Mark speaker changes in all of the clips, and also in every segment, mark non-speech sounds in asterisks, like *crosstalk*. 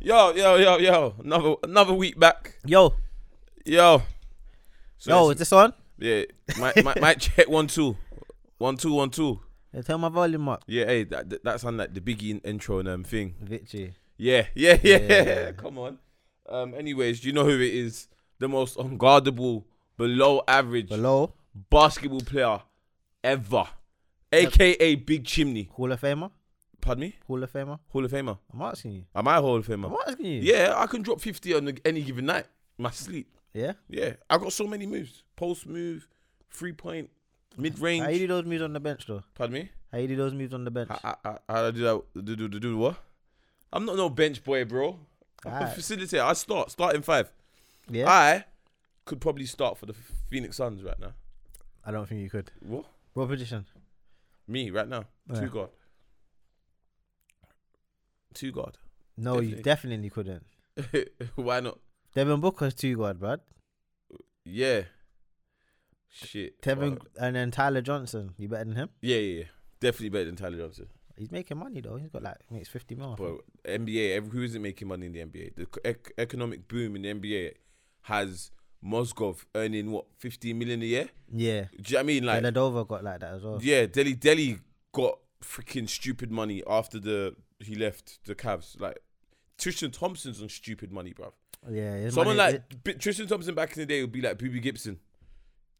Speaker 1: Yo, yo, yo, yo. Another another week back.
Speaker 2: Yo,
Speaker 1: Yo. So
Speaker 2: yo, is
Speaker 1: it's-
Speaker 2: this on?
Speaker 1: yeah. Might, might, might check one two. One two one two.
Speaker 2: Yeah, turn my volume up.
Speaker 1: Yeah, hey, that, that- that's on like the biggie in- intro and um thing.
Speaker 2: Vichy.
Speaker 1: Yeah, yeah, *laughs* yeah.
Speaker 2: Yeah.
Speaker 1: Come on. Um anyways, do you know who it is? The most unguardable, below average
Speaker 2: Below,
Speaker 1: basketball player ever. AKA Big Chimney.
Speaker 2: Hall of Famer.
Speaker 1: Pardon me?
Speaker 2: Hall of Famer.
Speaker 1: Hall of Famer.
Speaker 2: I'm asking you.
Speaker 1: Am I a Hall of Famer?
Speaker 2: I'm asking you.
Speaker 1: Yeah, I can drop 50 on any given night. My sleep.
Speaker 2: Yeah.
Speaker 1: Yeah, I got so many moves. Post move, three point, mid
Speaker 2: How you do
Speaker 1: range.
Speaker 2: those moves on the bench, though?
Speaker 1: Pardon me.
Speaker 2: How you do those moves on the bench?
Speaker 1: I I I, I do that. Do, do, do, do what? I'm not no bench boy, bro. I'm a
Speaker 2: Alright.
Speaker 1: facilitator. I start starting five.
Speaker 2: yeah. I,
Speaker 1: I could probably start for the Phoenix Suns right now.
Speaker 2: don't think you could.
Speaker 1: What?
Speaker 2: What position?
Speaker 1: Me right now?
Speaker 2: Yeah.
Speaker 1: Two guard. Two guard. *laughs*
Speaker 2: No, you definitely couldn't.
Speaker 1: Why not?
Speaker 2: Devin Booker's two guard, bruv.
Speaker 1: Yeah. Shit.
Speaker 2: Devin
Speaker 1: Wow.
Speaker 2: and then Tyler Johnson. You better than him?
Speaker 1: Yeah, yeah, yeah. Definitely better than Tyler Johnson.
Speaker 2: He's making money though. He's got like makes fifty mil. I think.
Speaker 1: Bro, NBA, ev- who isn't making money in the NBA? The c- ec- economic boom in the NBA has Mozgov earning what 15 million a year. Do
Speaker 2: Yeah.
Speaker 1: you know what I mean? Like,
Speaker 2: and Ladova got like that as well.
Speaker 1: yeah, Delhi Delhi got freaking stupid money after the he left the Cavs. Like, Tristan Thompson's on stupid money, bro.
Speaker 2: Yeah. his
Speaker 1: Someone
Speaker 2: money-
Speaker 1: like B- Tristan Thompson back in the day would be like Booby Gibson,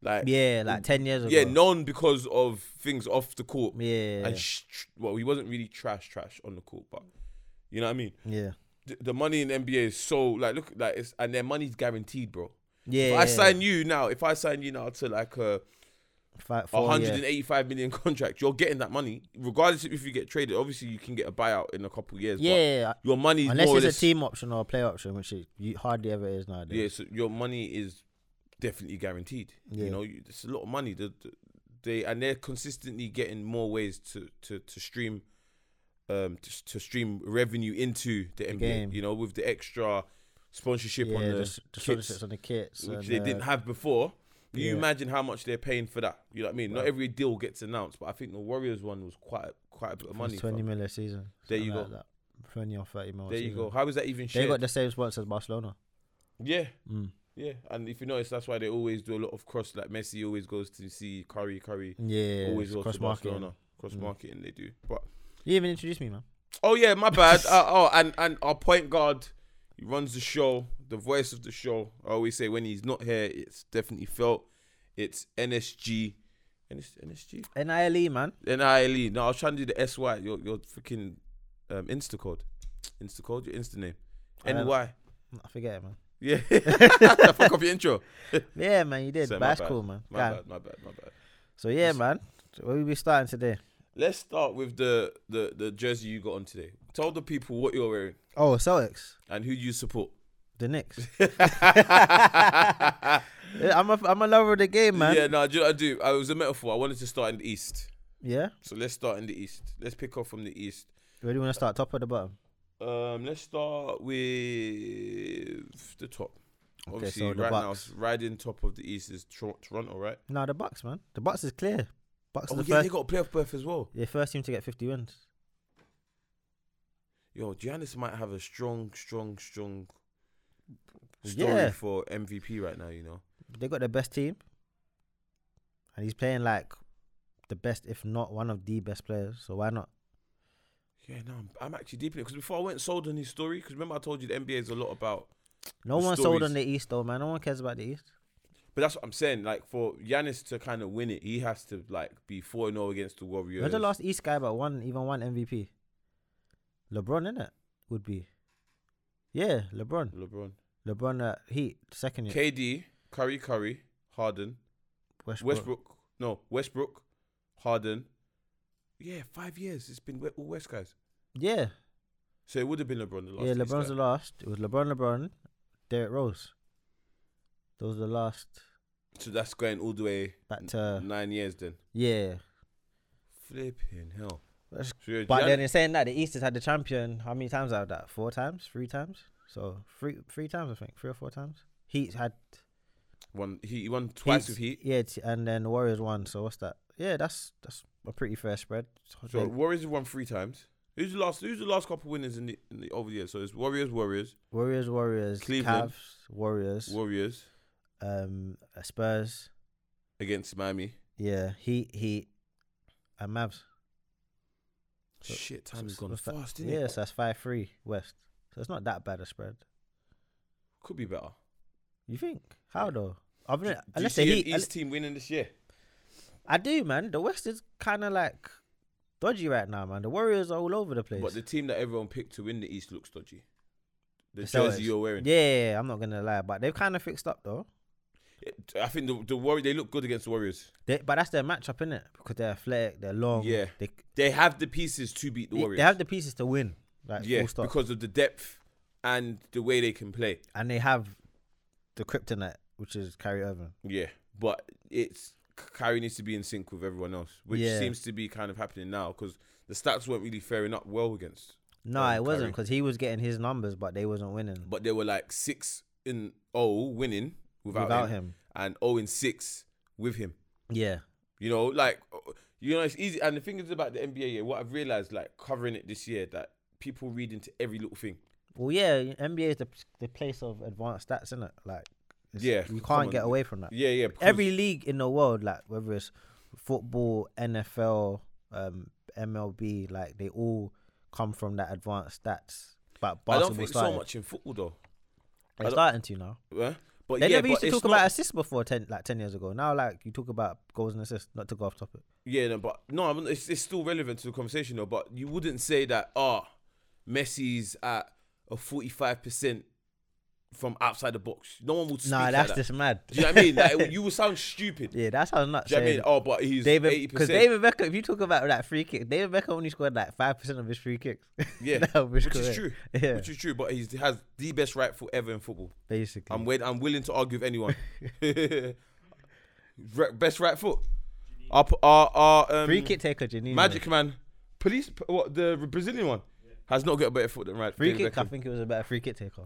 Speaker 1: like
Speaker 2: Yeah, like ten years ago.
Speaker 1: yeah, known because of things off the court.
Speaker 2: Yeah.
Speaker 1: And sh- tr- well, he wasn't really trash, trash on the court, but you know what I mean
Speaker 2: yeah.
Speaker 1: the, the money in NBA is so like look like it's and their money's guaranteed, bro.
Speaker 2: Yeah.
Speaker 1: If I sign you now, if I sign you now to like a
Speaker 2: Fight
Speaker 1: a
Speaker 2: for,
Speaker 1: hundred
Speaker 2: yeah.
Speaker 1: and eighty-five million contract, you're getting that money regardless if you get traded. Obviously, you can get a buyout in a couple years. but
Speaker 2: Yeah,
Speaker 1: your money
Speaker 2: unless
Speaker 1: more or
Speaker 2: it's
Speaker 1: less-
Speaker 2: a team option or a play option, which it you hardly ever is
Speaker 1: Yeah,
Speaker 2: nowadays.
Speaker 1: so your money is definitely guaranteed.
Speaker 2: Yeah.
Speaker 1: You know, you- it's a lot of money. The, the- they and they're consistently getting more ways to to to stream, um, to, to stream revenue into the, NBA.
Speaker 2: game.
Speaker 1: You know, with the extra sponsorship on the
Speaker 2: just the sort of
Speaker 1: kits.
Speaker 2: sits on the kits,
Speaker 1: which
Speaker 2: and,
Speaker 1: they didn't
Speaker 2: uh,
Speaker 1: have before. Can you
Speaker 2: yeah.
Speaker 1: imagine how much they're paying for that? You know what I mean? Not every deal gets announced, but I think the Warriors one was quite quite a bit of
Speaker 2: it's
Speaker 1: money.
Speaker 2: twenty
Speaker 1: fam.
Speaker 2: mil a season.
Speaker 1: There you
Speaker 2: something
Speaker 1: go.
Speaker 2: like that. Twenty or thirty mil. a
Speaker 1: There you
Speaker 2: season.
Speaker 1: go. How is that even
Speaker 2: They
Speaker 1: shared?
Speaker 2: got the same sponsors as Barcelona.
Speaker 1: yeah,
Speaker 2: Mm.
Speaker 1: yeah. And if you notice, that's why they always do a lot of cross. Like Messi always goes to see Curry, Curry
Speaker 2: Yeah,
Speaker 1: always
Speaker 2: it's
Speaker 1: goes
Speaker 2: cross
Speaker 1: to
Speaker 2: marketing.
Speaker 1: Barcelona. Cross
Speaker 2: Mm.
Speaker 1: marketing they do. But
Speaker 2: You even introduced me, man.
Speaker 1: oh yeah, my bad. uh, oh, and and our point guard, he runs the show, the voice of the show. I always say when he's not here, it's definitely felt. It's NSG, NS, NSG.
Speaker 2: NILE, E, man.
Speaker 1: NILE. No, I was trying to do the SY, your your freaking um, Insta code. Insta code, your Insta name.
Speaker 2: I don't know.
Speaker 1: NY.
Speaker 2: I forget it, man. *laughs*
Speaker 1: Yeah. *laughs* Fuck off your intro.
Speaker 2: Yeah, man, you did.
Speaker 1: So, my
Speaker 2: That's
Speaker 1: bad.
Speaker 2: cool, man.
Speaker 1: My
Speaker 2: Gan.
Speaker 1: bad, my bad, my bad.
Speaker 2: So yeah, man. So where we be starting today?
Speaker 1: Let's start with the, the, the jersey you got on today. Tell the people what you're wearing
Speaker 2: Oh, Celtics,
Speaker 1: and who you support. *laughs*
Speaker 2: the Knicks.
Speaker 1: yeah,
Speaker 2: I'm a I'm a lover of the game, man. Yeah.
Speaker 1: no, do you know what I do? I it was a metaphor. I wanted to start in the East. So let's start in the East. Let's pick off from the East.
Speaker 2: Where do you want to start? Top or the bottom?
Speaker 1: Um, let's start with the top.
Speaker 2: Okay,
Speaker 1: Obviously,
Speaker 2: so the
Speaker 1: right
Speaker 2: Bucks.
Speaker 1: now, riding top of the East is Tor- Toronto, right?
Speaker 2: No, the Bucks, man. The Bucks is clear. Bucks
Speaker 1: Oh,
Speaker 2: is the
Speaker 1: yeah,
Speaker 2: first.
Speaker 1: they got a playoff berth as well.
Speaker 2: They first team to get 50 wins.
Speaker 1: Yo, Giannis might have a strong, strong, strong story
Speaker 2: Yeah.
Speaker 1: for MVP right now, you know?
Speaker 2: They got the best team, and he's playing like the best, if not one of the best players. So why not?
Speaker 1: Yeah, no, I'm, I'm actually deep in it because before I went sold on his story, because remember I told you the NBA is a lot about,
Speaker 2: No
Speaker 1: The
Speaker 2: one sold
Speaker 1: stories.
Speaker 2: on the East though, man. No one cares about the East.
Speaker 1: but that's what I'm saying. Like for Giannis to kind of win it, he has to like be four 0 against the Warriors.
Speaker 2: Where's the last East guy but one even one MVP? LeBron, innit? Would be. Yeah, LeBron.
Speaker 1: LeBron,
Speaker 2: LeBron uh, Heat second year.
Speaker 1: KD, Curry, Curry, Harden,
Speaker 2: Westbrook.
Speaker 1: Westbrook. No, Westbrook, Harden. Yeah, five years. It's been we- all West guys.
Speaker 2: Yeah,
Speaker 1: So it would have been LeBron the last.
Speaker 2: yeah.
Speaker 1: East
Speaker 2: LeBron's
Speaker 1: guy.
Speaker 2: the last. It was LeBron, LeBron, Derrick Rose. Those are the last uh,
Speaker 1: So that's going all the way
Speaker 2: back to
Speaker 1: nine years then.
Speaker 2: yeah.
Speaker 1: Flipping hell.
Speaker 2: That's-
Speaker 1: So you're
Speaker 2: But
Speaker 1: Gian-
Speaker 2: then in saying that, the East has had the champion. How many times out of that? Four times, three times. So three, three times I think, three or four times. Heat had
Speaker 1: won, he, he won twice with Heat.
Speaker 2: Yeah, t- and then the Warriors won. So what's that? Yeah, that's that's a pretty fair spread. So
Speaker 1: So
Speaker 2: they-
Speaker 1: Warriors have won three times. Who's the last? Who's the last couple winners in the, in the over the year? So it's Warriors, Warriors,
Speaker 2: Warriors, Warriors,
Speaker 1: Cleveland.
Speaker 2: Cavs, Warriors,
Speaker 1: Warriors
Speaker 2: um, Spurs.
Speaker 1: against Miami.
Speaker 2: Yeah, Heat, Heat, and Mavs. So-
Speaker 1: Shit,
Speaker 2: so-
Speaker 1: time has
Speaker 2: so
Speaker 1: gone
Speaker 2: what's that?
Speaker 1: fast,
Speaker 2: yeah,
Speaker 1: didn't it?
Speaker 2: so that's five three West. So it's not that bad a spread.
Speaker 1: Could be better.
Speaker 2: You think? How though? I
Speaker 1: Do,
Speaker 2: mean,
Speaker 1: do you
Speaker 2: unless the
Speaker 1: see
Speaker 2: Heat,
Speaker 1: an East team winning this year?
Speaker 2: I do, man. The West is kind of like dodgy right now, man. The Warriors are all over the place.
Speaker 1: But the team that everyone picked to win the East looks dodgy. The
Speaker 2: The Celtics.
Speaker 1: jersey you're wearing.
Speaker 2: yeah, yeah, yeah, I'm not gonna lie, but they've kind of fixed up though.
Speaker 1: It- I think the the Warriors they look good against the Warriors.
Speaker 2: They, but that's their matchup, innit? Because they're athletic, they're long.
Speaker 1: Yeah.
Speaker 2: they
Speaker 1: They have the pieces to beat the
Speaker 2: they
Speaker 1: Warriors.
Speaker 2: have the pieces to win. Like
Speaker 1: yeah,
Speaker 2: full stop.
Speaker 1: because of the depth and the way they can play.
Speaker 2: and they have the kryptonite, which is Kyrie Irving.
Speaker 1: Yeah, but it's Kyrie needs to be in sync with everyone else, which
Speaker 2: Yeah.
Speaker 1: seems to be kind of happening now because the stats weren't really faring up well against.
Speaker 2: No,
Speaker 1: Um,
Speaker 2: it wasn't
Speaker 1: Kyrie.
Speaker 2: because he was getting his numbers, but they wasn't winning
Speaker 1: But they were like six in oh winning without,
Speaker 2: without
Speaker 1: him,
Speaker 2: him.
Speaker 1: and oh in six with him.
Speaker 2: Yeah,
Speaker 1: You know, like you know, it's easy. And the thing is about the NBA, yeah, what I've realized, like covering it this year, that people read into every little thing.
Speaker 2: Well, yeah, NBA is the, the place of advanced stats, isn't it? Like, it's-
Speaker 1: Yeah,
Speaker 2: you
Speaker 1: c- come
Speaker 2: can't get
Speaker 1: on.
Speaker 2: away from that.
Speaker 1: Yeah, yeah. because-
Speaker 2: Every league in the world, like whether it's football, NFL, um, MLB, like they all come from that advanced stats. But
Speaker 1: I
Speaker 2: basketball
Speaker 1: don't think
Speaker 2: started.
Speaker 1: so much in football though. I
Speaker 2: They're
Speaker 1: don't-
Speaker 2: starting to now.
Speaker 1: Huh? But
Speaker 2: They
Speaker 1: yeah,
Speaker 2: never
Speaker 1: but
Speaker 2: used to
Speaker 1: it's
Speaker 2: talk
Speaker 1: not-
Speaker 2: about assists before ten, like ten years ago. Now, like you talk about goals and assists. Not to go off topic.
Speaker 1: Yeah, no, but no, I mean, it's, it's still relevant to the conversation though. But you wouldn't say that, ah, Messi's at a forty-five percent from outside the box. No one would. Speak
Speaker 2: Nah,
Speaker 1: like
Speaker 2: that's
Speaker 1: that.
Speaker 2: just mad.
Speaker 1: Do you know what I mean?
Speaker 2: *laughs*
Speaker 1: Like, you would sound stupid.
Speaker 2: yeah, that's how nuts.
Speaker 1: Do you know what I
Speaker 2: saying
Speaker 1: mean? Oh, but he's eighty
Speaker 2: David, because
Speaker 1: percent.
Speaker 2: David Beckham, if you talk about that free kick, David Beckham only scored like five percent of his free kicks.
Speaker 1: Yeah,
Speaker 2: *laughs* That was
Speaker 1: which is
Speaker 2: correct.
Speaker 1: true.
Speaker 2: Yeah,
Speaker 1: Which is true. But he's, he has the best right foot ever in football.
Speaker 2: basically.
Speaker 1: I'm wed- I'm willing to argue with
Speaker 2: *laughs*
Speaker 1: anyone. Re- best right foot. Our p- our our um,
Speaker 2: free kick taker, Janine.
Speaker 1: Magic Man, police. p- What the Brazilian one has not got a better foot than right.
Speaker 2: Free
Speaker 1: David
Speaker 2: kick,
Speaker 1: Beckham.
Speaker 2: I think it was about a free kick taker.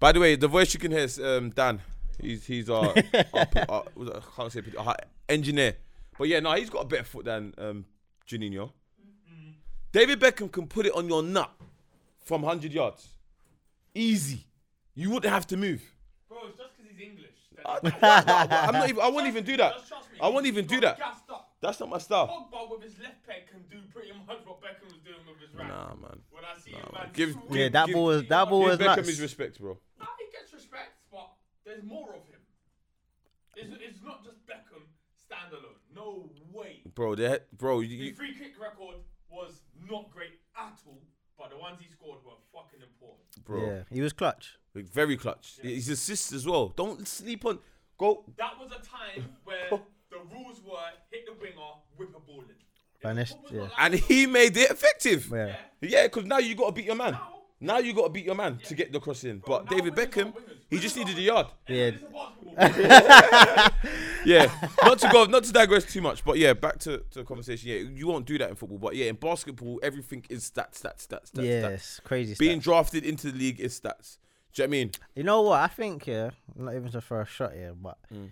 Speaker 1: By the way, the voice you can hear is um, Dan. He's he's our, our,
Speaker 2: *laughs*
Speaker 1: p- our- was it- I can't say p- our engineer, but yeah, no, he's got a better foot than um, Juninho. David Beckham can put it on your nut from hundred yards, easy. You wouldn't have to move.
Speaker 3: Bro, it's just 'cause he's English. That-
Speaker 1: I, am not even, I won't even do that.
Speaker 3: Just trust me.
Speaker 1: I won't even
Speaker 3: He's
Speaker 1: do
Speaker 3: got
Speaker 1: that.
Speaker 3: gassed up.
Speaker 1: That's not my style.
Speaker 3: Pogba with his left peg can do pretty much what Beckham was doing with his right.
Speaker 1: Nah, man.
Speaker 3: When I see him, man,
Speaker 1: Give-
Speaker 3: shoot,
Speaker 2: Yeah, that
Speaker 1: give-
Speaker 2: ball was that ball
Speaker 1: Give
Speaker 2: was
Speaker 1: Beckham
Speaker 2: nuts.
Speaker 1: his respect, bro.
Speaker 3: nah, he gets respect, but there's more of him. It's, it's not just Beckham standalone. No way.
Speaker 1: Bro, that bro, you,
Speaker 3: His
Speaker 1: you,
Speaker 3: free kick record was not great at all, but the ones he scored were fucking important.
Speaker 1: bro,
Speaker 2: Yeah, he was clutch.
Speaker 1: like, very clutch. His assists as well. Don't sleep on. Go
Speaker 3: That was a time
Speaker 1: *laughs*
Speaker 3: where the rules were hit the winger, whip a ball in. If the
Speaker 2: Vanished,
Speaker 3: football's
Speaker 2: yeah.
Speaker 3: not like
Speaker 1: and
Speaker 3: that,
Speaker 1: he made it effective.
Speaker 2: Yeah.
Speaker 3: yeah,
Speaker 1: Yeah, because now you got to beat your man.
Speaker 3: Now-
Speaker 1: Now you got to beat your man to get the cross in. But
Speaker 3: now
Speaker 1: David
Speaker 3: winners are
Speaker 1: Beckham,
Speaker 3: winners.
Speaker 1: he just
Speaker 3: Winners
Speaker 1: needed
Speaker 3: are
Speaker 1: a yard.
Speaker 2: Yeah.
Speaker 3: This is basketball.
Speaker 1: Yeah, *laughs* not to go, not to digress too much. But yeah, back to, to the conversation. Yeah, you won't do that in football. But yeah, in basketball, everything is stats, stats, stats, stats. stats.
Speaker 2: Yes, crazy
Speaker 1: Being
Speaker 2: stuff.
Speaker 1: drafted into the league is stats. Do you know what I mean?
Speaker 2: You know what? I think yeah, not even to throw a shot here, but
Speaker 1: Hmm.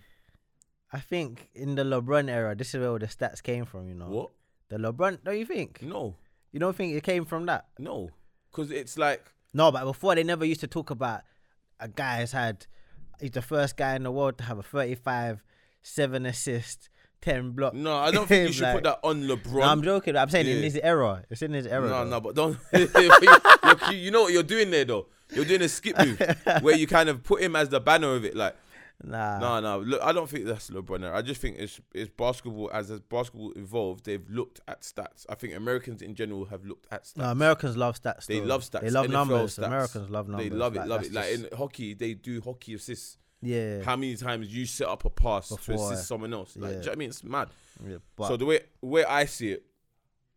Speaker 2: I think in the LeBron era, this is where all the stats came from. You know
Speaker 1: What? Hmm?
Speaker 2: The LeBron, don't you think?
Speaker 1: No,
Speaker 2: You don't think it came from that?
Speaker 1: no, because it's like
Speaker 2: No, but before they never used to talk about a guy has had he's the first guy in the world to have a 35, seven assist, ten block.
Speaker 1: no. I
Speaker 2: *laughs*
Speaker 1: don't think you should put
Speaker 2: Like-
Speaker 1: that on LeBron.
Speaker 2: No, I'm joking. I'm saying in
Speaker 1: Yeah.
Speaker 2: his error, it's in his error.
Speaker 1: No,
Speaker 2: though.
Speaker 1: no, but don't. *laughs* You're- you know what you're doing there though. You're doing a skip move where you kind of put him as the banner of it. Like,
Speaker 2: nah.
Speaker 1: no, no. Look, I don't think that's LeBron. era. I just think it's it's basketball as as basketball evolved. They've looked at stats. I think Americans in general have looked at stats.
Speaker 2: No, Americans love stats.
Speaker 1: They
Speaker 2: though.
Speaker 1: love stats.
Speaker 2: They love
Speaker 1: NFL
Speaker 2: numbers.
Speaker 1: stats.
Speaker 2: Americans love numbers.
Speaker 1: They love it,
Speaker 2: Like,
Speaker 1: love
Speaker 2: that's
Speaker 1: it. Like
Speaker 2: just-
Speaker 1: in hockey, they do hockey assists.
Speaker 2: yeah,
Speaker 1: How many times you set up a pass to
Speaker 2: Before,
Speaker 1: assist someone else? Like, do you
Speaker 2: yeah.
Speaker 1: know what I mean? It's mad.
Speaker 2: yeah, but
Speaker 1: so the way way I see it,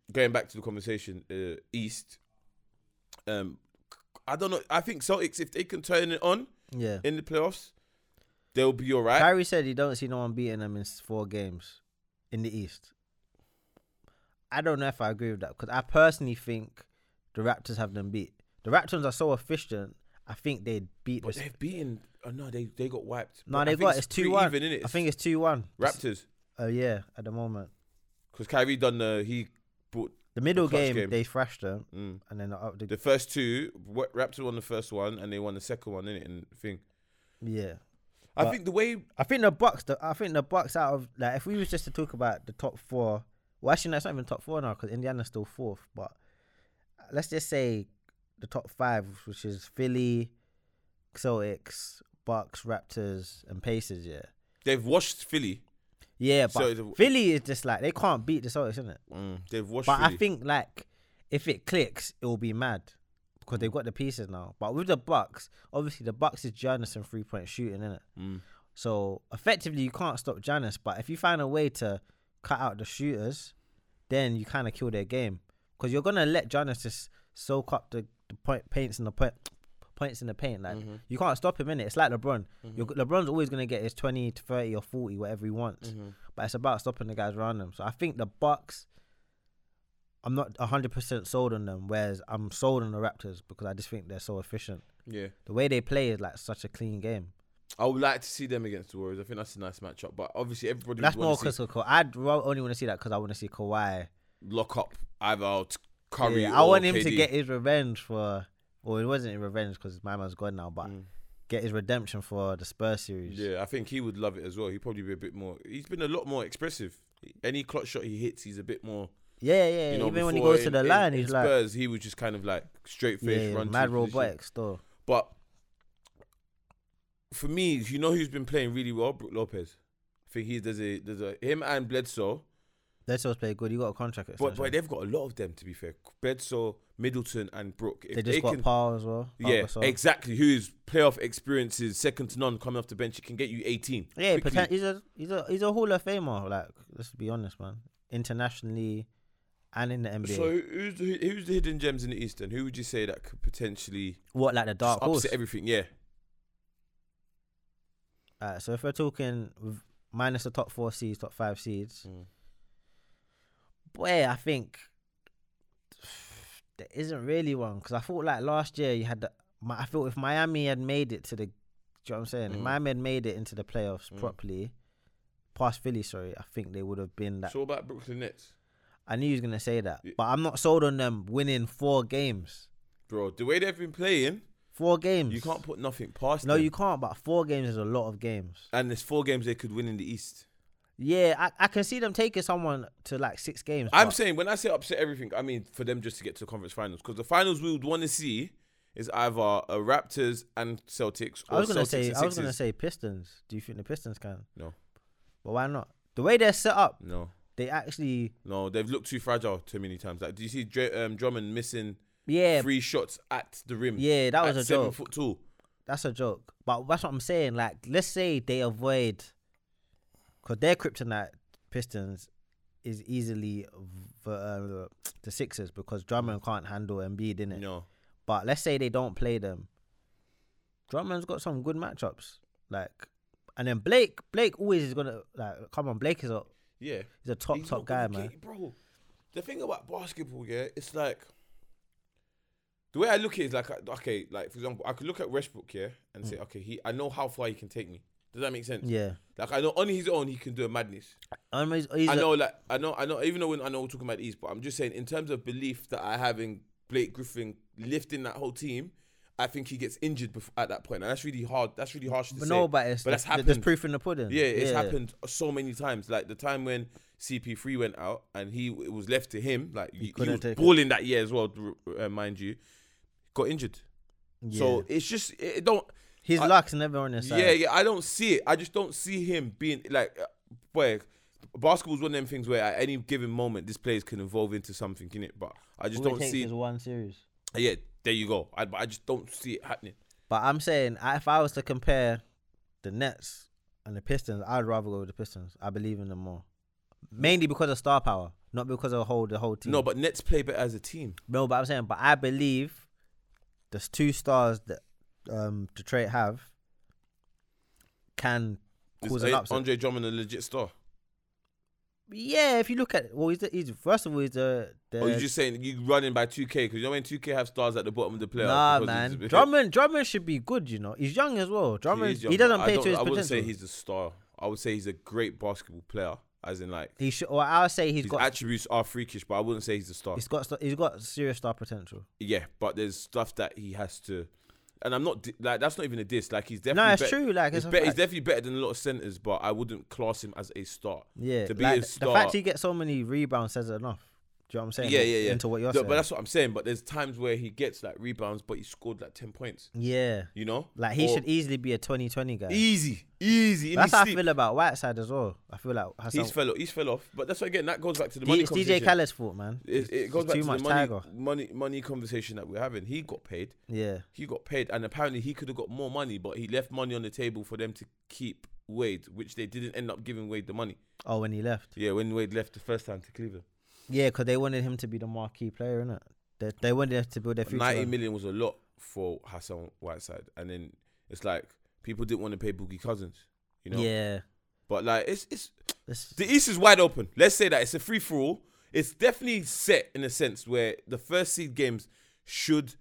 Speaker 1: going back to the conversation, uh, East. Um, I don't know. I think Celtics if they can turn it on
Speaker 2: yeah.
Speaker 1: in the playoffs, they'll be all right.
Speaker 2: Kyrie said he don't see no one beating them in s- four games in the East. I don't know if I agree with that because I personally think the Raptors have them beat. The Raptors are so efficient. I think they beat.
Speaker 1: But
Speaker 2: The,
Speaker 1: they've beaten. Oh no, they they got wiped. But
Speaker 2: no,
Speaker 1: I
Speaker 2: they
Speaker 1: think
Speaker 2: got it's
Speaker 1: pretty
Speaker 2: two one.
Speaker 1: Even in it,
Speaker 2: I think it's two one.
Speaker 1: Raptors
Speaker 2: Oh yeah, at the moment.
Speaker 1: because Kyrie done the he brought
Speaker 2: The middle
Speaker 1: clutch
Speaker 2: game,
Speaker 1: game.
Speaker 2: they thrashed them,
Speaker 1: Mm.
Speaker 2: and then up the,
Speaker 1: The first two, Wa- Raptors won the first one, and they won the second one, innit? And thing.
Speaker 2: yeah.
Speaker 1: I
Speaker 2: But-
Speaker 1: think the way
Speaker 2: I think the Bucks. The, I think the Bucks out of like if we was just to talk about the top four. Well, actually, no, it's not even top four now because Indiana's still fourth. But uh, let's just say the top five, which is Philly, Celtics, Bucks, Raptors, and Pacers. Yeah,
Speaker 1: they've washed Philly,
Speaker 2: yeah.
Speaker 1: So
Speaker 2: But
Speaker 1: the-
Speaker 2: Philly is just like they can't beat the Celtics, isn't it?
Speaker 1: mm. they've washed.
Speaker 2: But
Speaker 1: Philly.
Speaker 2: I think like if it clicks, it will be mad because they've got the pieces now. But with the Bucks, obviously the Bucks is Giannis and three point shooting, innit?
Speaker 1: Mm.
Speaker 2: So effectively, you can't stop Giannis. But if you find a way to cut out the shooters, then you kind of kill their game because you're gonna let Giannis just soak up the, the point paints in the point. Points in the paint, like
Speaker 1: Mm-hmm.
Speaker 2: you can't stop him in it. It's like LeBron. You're, LeBron's always gonna get his twenty to thirty or forty, whatever he wants.
Speaker 1: Mm-hmm.
Speaker 2: But it's about stopping the guys around him. So I think the Bucks, I'm not hundred percent sold on them. Whereas I'm sold on the Raptors because I just think they're so efficient.
Speaker 1: yeah,
Speaker 2: The way they play is like such a clean game.
Speaker 1: I would like to see them against the Warriors. I think that's a nice matchup. But obviously, everybody
Speaker 2: That's
Speaker 1: would wanna
Speaker 2: more
Speaker 1: see
Speaker 2: because of Kawhi. I'd ro- only want to see that because I want to see Kawhi.
Speaker 1: lock up either t- Curry.
Speaker 2: Yeah, I
Speaker 1: or
Speaker 2: want him to
Speaker 1: KD.
Speaker 2: get his revenge for. Well, it wasn't his revenge because my man's gone now, but get his redemption for the Spurs series.
Speaker 1: Mm. Yeah, I think he would love it as well. He'd probably be a bit more. He's been a lot more expressive. Any clutch shot he hits, he's a bit more.
Speaker 2: yeah, yeah.
Speaker 1: You know,
Speaker 2: Even when he
Speaker 1: before
Speaker 2: goes to
Speaker 1: in-
Speaker 2: the
Speaker 1: in-
Speaker 2: line,
Speaker 1: in
Speaker 2: he's like,
Speaker 1: Spurs, he was just kind of like straight face
Speaker 2: yeah,
Speaker 1: run. to
Speaker 2: mad
Speaker 1: the position.
Speaker 2: robotics, though.
Speaker 1: But for me, you know who's been playing really well? Brook Lopez. I think he there's a there's a him and Bledsoe.
Speaker 2: That's always play good. You got a contract.
Speaker 1: But
Speaker 2: extension.
Speaker 1: but they've got a lot of them to be fair. Bledsoe, Middleton, and Brook. If
Speaker 2: they just got
Speaker 1: can-
Speaker 2: Paul as well. Paul
Speaker 1: Yeah,
Speaker 2: Gasol.
Speaker 1: exactly. Who's playoff experience is second to none coming off the bench. It can get you 18.
Speaker 2: yeah.
Speaker 1: quickly.
Speaker 2: Pretend, he's a he's a he's a hall of famer. Like, let's be honest, man. Internationally, and in the NBA.
Speaker 1: So who's the, who's the hidden gems in the East? And who would you say that could potentially
Speaker 2: what like the
Speaker 1: just
Speaker 2: dark
Speaker 1: upset
Speaker 2: horse?
Speaker 1: everything? Yeah,
Speaker 2: Alright, so if we're talking with minus the top four seeds, top five seeds,
Speaker 1: Mm.
Speaker 2: boy, I think there isn't really one because I thought like last year you had the. Mi- I thought if Miami had made it to the, do you know what I'm saying? If
Speaker 1: Mm.
Speaker 2: Miami had made it into the playoffs
Speaker 1: Mm.
Speaker 2: properly, past Philly, sorry, I think they would have been that.
Speaker 1: So what about Brooklyn Nets,
Speaker 2: I knew he was gonna say that,
Speaker 1: Yeah.
Speaker 2: but I'm not sold on them winning four games.
Speaker 1: bro? The way they've been playing,
Speaker 2: Four games.
Speaker 1: you can't put nothing past.
Speaker 2: No,
Speaker 1: them.
Speaker 2: you can't. But four games is a lot of games.
Speaker 1: And there's four games they could win in the East.
Speaker 2: Yeah, I, I can see them taking someone to like six games.
Speaker 1: I'm
Speaker 2: but-
Speaker 1: saying when I say upset everything, I mean for them just to get to the conference finals because the finals we would want to see is either a Raptors and Celtics. Or
Speaker 2: I was gonna
Speaker 1: Celtics
Speaker 2: say
Speaker 1: and
Speaker 2: I was gonna
Speaker 1: Sixers.
Speaker 2: say Pistons. Do you think the Pistons can?
Speaker 1: No.
Speaker 2: But why not? The way they're set up,
Speaker 1: no,
Speaker 2: they actually
Speaker 1: no, they've looked too fragile too many times. Like, do you see Dre, um, Drummond missing
Speaker 2: yeah,
Speaker 1: three shots at the rim?
Speaker 2: yeah, that was
Speaker 1: at
Speaker 2: a
Speaker 1: seven
Speaker 2: joke.
Speaker 1: foot tall.
Speaker 2: That's a joke. But that's what I'm saying. Like, let's say they avoid, because their kryptonite Pistons is easily v- uh, the Sixers because Drummond can't handle Embiid in it.
Speaker 1: No,
Speaker 2: But let's say they don't play them. Drummond's got some good matchups, like, and then Blake. Blake always is gonna like. Come on, Blake is a
Speaker 1: yeah.
Speaker 2: he's a top
Speaker 1: He's
Speaker 2: top
Speaker 1: not
Speaker 2: guy,
Speaker 1: gonna
Speaker 2: man.
Speaker 1: get- Bro, the thing about basketball, yeah, it's like the way I look at it is like, I- okay, like for example, I could look at Westbrook here and
Speaker 2: Mm.
Speaker 1: say, okay, he, I know how far he can take me. Does that make sense?
Speaker 2: Yeah.
Speaker 1: Like I know on his own he can do a madness.
Speaker 2: Um, he's, he's
Speaker 1: I
Speaker 2: a-
Speaker 1: know, like I know, I know. Even though when I know we're talking about the East, but I'm just saying in terms of belief that I have in Blake Griffin lifting that whole team, I think he gets injured bef- at that point, and that's really hard. That's really harsh to
Speaker 2: but
Speaker 1: say.
Speaker 2: no, but it's
Speaker 1: but that's
Speaker 2: th-
Speaker 1: happened.
Speaker 2: There's proof in the pudding.
Speaker 1: Yeah, it's happened so many times. Like the time when CP3 went out and he it was left to him. Like he, he
Speaker 2: couldn't
Speaker 1: was
Speaker 2: take it.
Speaker 1: balling that year as well, r- uh, mind you. Got injured,
Speaker 2: Yeah.
Speaker 1: so it's just it don't.
Speaker 2: his
Speaker 1: I-
Speaker 2: luck's never on his side.
Speaker 1: Yeah, yeah. I don't see it. I just don't see him being like. uh, Boy, basketball's one of them things where at any given moment this players can evolve into something in it. But I just
Speaker 2: All it
Speaker 1: don't
Speaker 2: takes
Speaker 1: see.
Speaker 2: is one series.
Speaker 1: Yeah, there you go. I, but I just don't see it happening.
Speaker 2: But I'm saying, I- if I was to compare the Nets and the Pistons, I'd rather go with the Pistons. I believe in them more, mainly because of star power, not because of the whole the whole team.
Speaker 1: No, but Nets play better as a team.
Speaker 2: no, but I'm saying, but I believe there's two stars that um Detroit have can
Speaker 1: Is
Speaker 2: cause an
Speaker 1: A-
Speaker 2: upset.
Speaker 1: Andre Drummond a legit star.
Speaker 2: yeah, if you look at well, he's, the, he's first of all he's the, the
Speaker 1: Or Oh, you just saying you running by 2K because you know when 2K have stars at the bottom of the playoff.
Speaker 2: Nah,
Speaker 1: because
Speaker 2: man.
Speaker 1: it's a bit- *laughs*
Speaker 2: Drummond, Drummond should be good. You know, he's young as well.
Speaker 1: He
Speaker 2: Drummond,
Speaker 1: is
Speaker 2: he,
Speaker 1: young,
Speaker 2: doesn't
Speaker 1: but I
Speaker 2: play
Speaker 1: don't-
Speaker 2: to his
Speaker 1: I wouldn't
Speaker 2: potential.
Speaker 1: say he's a star. I would say he's a great basketball player. As in, like
Speaker 2: He should. Or I'll say he's
Speaker 1: his
Speaker 2: got.
Speaker 1: attributes are freakish, but I wouldn't say he's a star.
Speaker 2: he's got. st- He's got serious star potential.
Speaker 1: yeah, but there's stuff that he has to, and I'm not di- like that's not even a diss. Like he's definitely
Speaker 2: no, it's
Speaker 1: bet-
Speaker 2: true. Like
Speaker 1: He's,
Speaker 2: it's a
Speaker 1: bet- he's
Speaker 2: fact.
Speaker 1: definitely better than a lot of centers, but I wouldn't class him as a star.
Speaker 2: yeah.
Speaker 1: to be
Speaker 2: like,
Speaker 1: a
Speaker 2: The fact
Speaker 1: star-
Speaker 2: he gets so many rebounds says enough. Do you know what I'm saying?
Speaker 1: Yeah, yeah, yeah.
Speaker 2: Into what you're
Speaker 1: No,
Speaker 2: saying.
Speaker 1: but that's what I'm saying. But there's times where he gets like rebounds, but he scored like ten points.
Speaker 2: yeah.
Speaker 1: You know,
Speaker 2: Like he
Speaker 1: Or-
Speaker 2: should easily be a 2020 guy.
Speaker 1: easy, easy. In
Speaker 2: That's
Speaker 1: his
Speaker 2: how I
Speaker 1: sleep.
Speaker 2: feel about Whiteside as well. I feel like has
Speaker 1: He's
Speaker 2: some-
Speaker 1: fell off. He's fell off. But that's what again. That goes back to the
Speaker 2: D-
Speaker 1: money
Speaker 2: it's DJ
Speaker 1: conversation.
Speaker 2: Khaled's fault, man.
Speaker 1: It, it
Speaker 2: It's
Speaker 1: goes back
Speaker 2: too
Speaker 1: to
Speaker 2: much
Speaker 1: the money,
Speaker 2: tiger.
Speaker 1: money, money conversation that we're having. He got paid.
Speaker 2: Yeah,
Speaker 1: He got paid, and apparently he could have got more money, but he left money on the table for them to keep Wade, which they didn't end up giving Wade the money.
Speaker 2: Oh, when he left.
Speaker 1: Yeah, when Wade left the first time to Cleveland,
Speaker 2: Yeah, because they wanted him to be the marquee player, innit? They, they wanted us to build their future.
Speaker 1: ninety
Speaker 2: on.
Speaker 1: million was a lot for Hassan Whiteside, and then it's like people didn't want to pay Boogie Cousins, you know.
Speaker 2: Yeah.
Speaker 1: But like, it's it's
Speaker 2: This,
Speaker 1: The East is wide open. Let's say that it's a free for all. It's definitely set in a sense where the first seed games should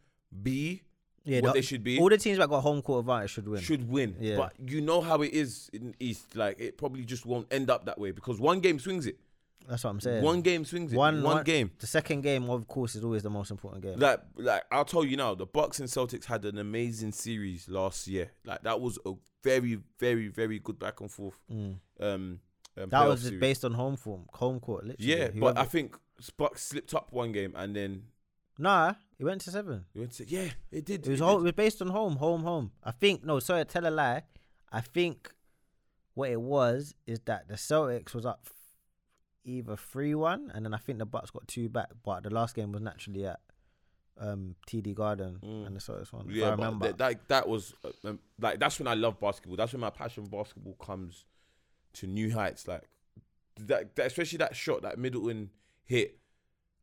Speaker 1: be
Speaker 2: yeah,
Speaker 1: what
Speaker 2: the-
Speaker 1: they should be
Speaker 2: All the teams that got home court advantage should win.
Speaker 1: should win.
Speaker 2: Yeah.
Speaker 1: But you know how it is in East. Like it probably just won't end up that way because one game swings it.
Speaker 2: That's what I'm saying.
Speaker 1: One game swings it.
Speaker 2: One-
Speaker 1: One,
Speaker 2: one-
Speaker 1: game.
Speaker 2: The second game, of course, is always the most important game.
Speaker 1: Like like I'll tell you now, the Bucks and Celtics had an amazing series last year. Like that was a very very very good back and forth.
Speaker 2: Mm.
Speaker 1: Um, um
Speaker 2: That
Speaker 1: playoff
Speaker 2: was just
Speaker 1: series.
Speaker 2: based on home form, home court, literally.
Speaker 1: Yeah,
Speaker 2: He
Speaker 1: but
Speaker 2: went-
Speaker 1: I think Bucks slipped up one game and then
Speaker 2: nah, he went to seven.
Speaker 1: You went to yeah, it did.
Speaker 2: It was
Speaker 1: it
Speaker 2: home, it
Speaker 1: did.
Speaker 2: was based on home, home, home. I think no, sorry, tell a lie. I think what it was is that the Celtics was up either three one, and then I think the Bucks got two back. But the last game was naturally at um, TD Garden,
Speaker 1: Mm.
Speaker 2: and the Celtics won. if I
Speaker 1: Yeah, but
Speaker 2: remember.
Speaker 1: that, that that was uh, um, like that's when I love basketball. That's when my passion for basketball comes to new heights. Like that, that especially that shot that Middleton hit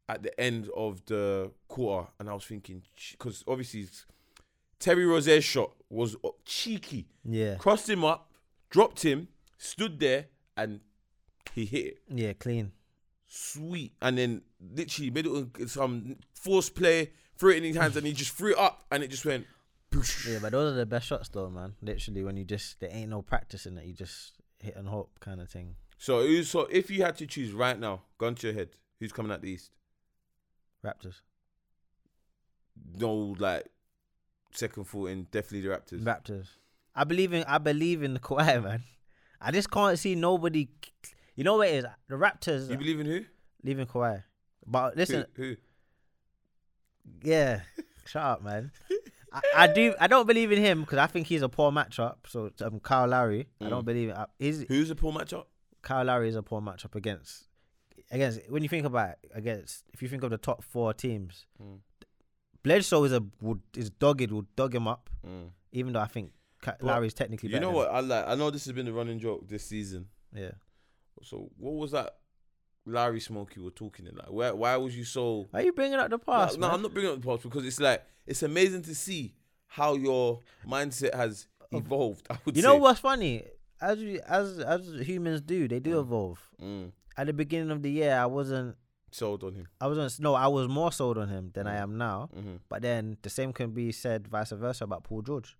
Speaker 1: at the end of the quarter, and I was thinking because obviously it's- Terry Rose's shot was uh, cheeky,
Speaker 2: yeah,
Speaker 1: crossed him up, dropped him, stood there, and he hit it.
Speaker 2: yeah, clean.
Speaker 1: sweet. And then literally Middleton some force play, threw it in his hands, and he just threw it up, and it just went.
Speaker 2: Yeah, but those are the best shots though, man. Literally, when you just there ain't no practicing it, you just hit and hope kind of thing.
Speaker 1: So, who- so if you had to choose right now, gun to your head, who's coming at the East?
Speaker 2: Raptors,
Speaker 1: No, like second thought, and definitely the Raptors.
Speaker 2: Raptors. I believe in I believe in the Kawhi, man. I just can't see nobody. You know what it is? The Raptors.
Speaker 1: you believe in who?
Speaker 2: leaving Kawhi. But listen,
Speaker 1: who? who? *laughs*
Speaker 2: yeah, shut up, man. I, I do. I don't believe in him because I think he's a poor matchup. So um, Kyle Lowry, I don't
Speaker 1: Mm.
Speaker 2: believe it. Is
Speaker 1: Who's the poor matchup?
Speaker 2: Kyle Lowry is a poor matchup against against when you think about it, against if you think of the top four teams,
Speaker 1: Mm.
Speaker 2: Bledsoe is a would, is dogged will dog him up.
Speaker 1: Mm.
Speaker 2: Even though I think Ka-
Speaker 1: But
Speaker 2: Lowry is technically
Speaker 1: You
Speaker 2: better
Speaker 1: know
Speaker 2: than
Speaker 1: what? I like. I know this has been a running joke this season.
Speaker 2: him. Yeah.
Speaker 1: So, what was that? Larry Smoke you were talking in like why why was you so
Speaker 2: Why are you bringing up the past?
Speaker 1: No, no,
Speaker 2: man?
Speaker 1: I'm not bringing up the past because it's like it's amazing to see how your mindset has evolved. I would
Speaker 2: You
Speaker 1: say.
Speaker 2: know what's funny? As we, as as humans do, they do evolve.
Speaker 1: Mm,
Speaker 2: At the beginning of the year, I wasn't
Speaker 1: sold on him.
Speaker 2: I was on no, I was more sold on him than I
Speaker 1: Mm.
Speaker 2: am now.
Speaker 1: Mm-hmm.
Speaker 2: But then the same can be said vice versa about Paul George.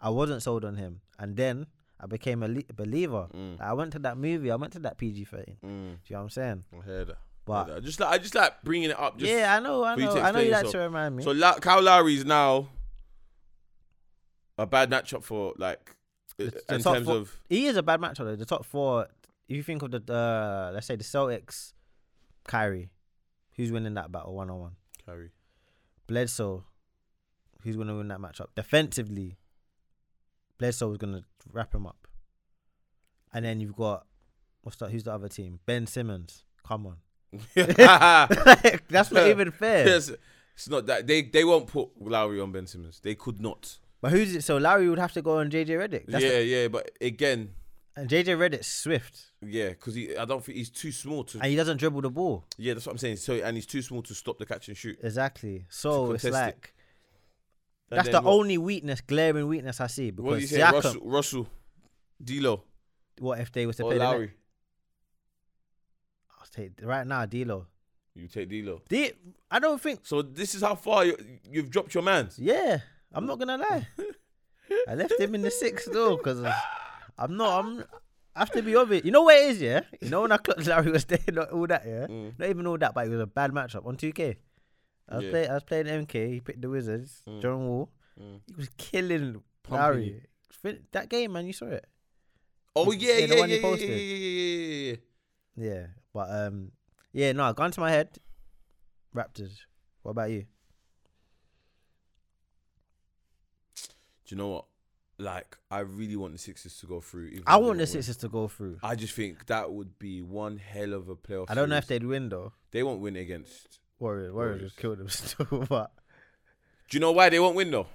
Speaker 2: I wasn't sold on him, and then I became a le- believer.
Speaker 1: Mm.
Speaker 2: I went to that movie. I went to that PG thirteen.
Speaker 1: Mm,
Speaker 2: Do you know what I'm saying?
Speaker 1: I hear that. I,
Speaker 2: But
Speaker 1: hear that. I just like I just like bringing it up. Just,
Speaker 2: yeah, I know, I
Speaker 1: for you
Speaker 2: know,
Speaker 1: to
Speaker 2: I know.
Speaker 1: explain
Speaker 2: You like
Speaker 1: yourself.
Speaker 2: to remind me.
Speaker 1: So La- Kyle Lowry's now a bad matchup for like i-
Speaker 2: The- the
Speaker 1: in
Speaker 2: top
Speaker 1: terms
Speaker 2: four-
Speaker 1: of
Speaker 2: he is a bad matchup though. The top four. If you think of the uh, let's say the Celtics, Kyrie, who's winning that battle one on one? *laughs*
Speaker 1: *laughs* Kyrie.
Speaker 2: Bledsoe, who's going to win that matchup defensively? Bledsoe is going to wrap him up, and then you've got what's that? Who's the other team? Ben Simmons. Come on, *laughs* that's not even fair.
Speaker 1: Yes, it's not that they they won't put Lowry on Ben Simmons. They could not.
Speaker 2: But who's it? So Larry would have to go on JJ Redick. That's
Speaker 1: yeah,
Speaker 2: the-
Speaker 1: yeah, but again,
Speaker 2: and JJ Redick's swift,
Speaker 1: yeah, because I don't think he's too small to
Speaker 2: and he doesn't dribble the ball
Speaker 1: Yeah, that's what I'm saying. So and he's too small to stop the catch and shoot.
Speaker 2: exactly. So it's
Speaker 1: contest it.
Speaker 2: like
Speaker 1: And
Speaker 2: that's
Speaker 1: then
Speaker 2: the
Speaker 1: what-
Speaker 2: only weakness, glaring weakness I see. Because
Speaker 1: What do you say,
Speaker 2: Siakam,
Speaker 1: Russell, Russell, D'Lo,
Speaker 2: what if they was to
Speaker 1: or
Speaker 2: play? the next-
Speaker 1: Lowry?
Speaker 2: I'll take right now, D'Lo.
Speaker 1: You take D'Lo.
Speaker 2: D- I don't think
Speaker 1: So this is how far you, you've dropped your man's.
Speaker 2: Yeah,
Speaker 1: *laughs*
Speaker 2: I'm not gonna lie. I left him in the sixth though because I'm not. I'm. I have to be obvious. You know where it is, yeah? You know when I clocked Larry was there, *laughs* not all that, yeah?
Speaker 1: Mm.
Speaker 2: Not even all that, but it was a bad matchup on 2K. I was,
Speaker 1: Yeah.
Speaker 2: play, I was playing MK, he picked the Wizards,
Speaker 1: Mm.
Speaker 2: John Wall.
Speaker 1: Mm.
Speaker 2: He was killing
Speaker 1: Pumping you.
Speaker 2: Larry. Fin- That game, man, you saw it.
Speaker 1: Oh
Speaker 2: Yeah,
Speaker 1: yeah, yeah,
Speaker 2: the
Speaker 1: yeah,
Speaker 2: one
Speaker 1: yeah,
Speaker 2: you
Speaker 1: yeah, yeah,
Speaker 2: posted.
Speaker 1: yeah, yeah,
Speaker 2: Yeah, but um, yeah, no, gone to my head. Raptors. What about you?
Speaker 1: Do you know what? Like, I really want the Sixers to go through. even
Speaker 2: I
Speaker 1: if they
Speaker 2: want the
Speaker 1: don't win.
Speaker 2: Sixers to go through.
Speaker 1: I just think that would be one hell of a playoff.
Speaker 2: I don't know if
Speaker 1: series.
Speaker 2: they'd win though.
Speaker 1: they won't win against.
Speaker 2: Warriors, Warriors
Speaker 1: Warriors.
Speaker 2: would kill them *laughs* still, but
Speaker 1: Do you know why they won't win though?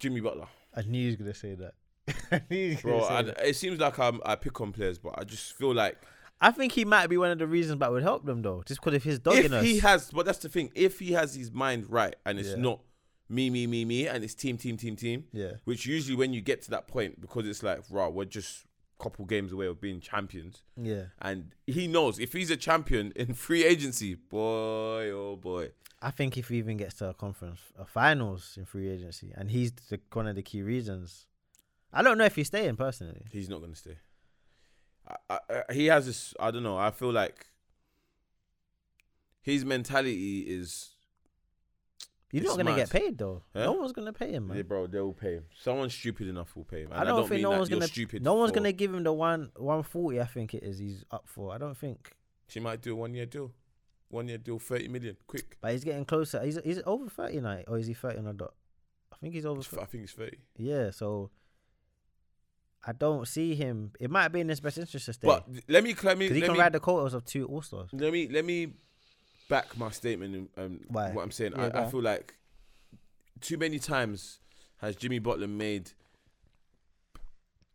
Speaker 1: Jimmy Butler,
Speaker 2: I knew he was gonna say that. *laughs* I knew he was gonna
Speaker 1: bro.
Speaker 2: say
Speaker 1: I,
Speaker 2: that.
Speaker 1: it seems like I'm, I pick on players, but I just feel like
Speaker 2: I think he might be one of the reasons that would help them though, just because of his dogging
Speaker 1: if
Speaker 2: us.
Speaker 1: he has, but that's the thing. If he has his mind right, and it's
Speaker 2: Yeah.
Speaker 1: not me, me, me, me, and it's team, team, team, team.
Speaker 2: yeah,
Speaker 1: Which usually when you get to that point, because it's like, rah, we're just a couple games away of being champions.
Speaker 2: yeah.
Speaker 1: And he knows if he's a champion in *laughs* free agency, boy, oh boy.
Speaker 2: I think if he even gets to a conference, a finals in free agency, and he's the, one of the key reasons. I don't know if he's staying personally.
Speaker 1: He's not gonna stay. I, I, I- he has this. I don't know. I feel like his mentality is,
Speaker 2: You're
Speaker 1: It's
Speaker 2: not gonna
Speaker 1: mad.
Speaker 2: get paid though.
Speaker 1: Huh?
Speaker 2: No one's gonna pay him, man.
Speaker 1: yeah, bro. They'll pay him. Someone stupid enough will pay him. And
Speaker 2: I don't, think
Speaker 1: mean
Speaker 2: no
Speaker 1: that
Speaker 2: one's
Speaker 1: you're
Speaker 2: gonna
Speaker 1: stupid.
Speaker 2: no one's
Speaker 1: for-
Speaker 2: gonna give him the one one forty. I think it is he's up for. I don't think,
Speaker 1: She might do a one year deal. One year deal, thirty million, quick.
Speaker 2: but he's getting closer. He's he's over thirty now, or is he thirty on a dot? I think he's over.
Speaker 1: It's-
Speaker 2: 30.
Speaker 1: I think it's thirty.
Speaker 2: Yeah, so I don't see him. It might be in his best interest to stay
Speaker 1: But let me, let me,
Speaker 2: because he
Speaker 1: let
Speaker 2: can
Speaker 1: me,
Speaker 2: ride the coattails of two All Stars.
Speaker 1: let me, let me back my statement and um,
Speaker 2: Why?
Speaker 1: what I'm saying.
Speaker 2: Yeah, go
Speaker 1: I, I
Speaker 2: on.
Speaker 1: feel like too many times has Jimmy Butler made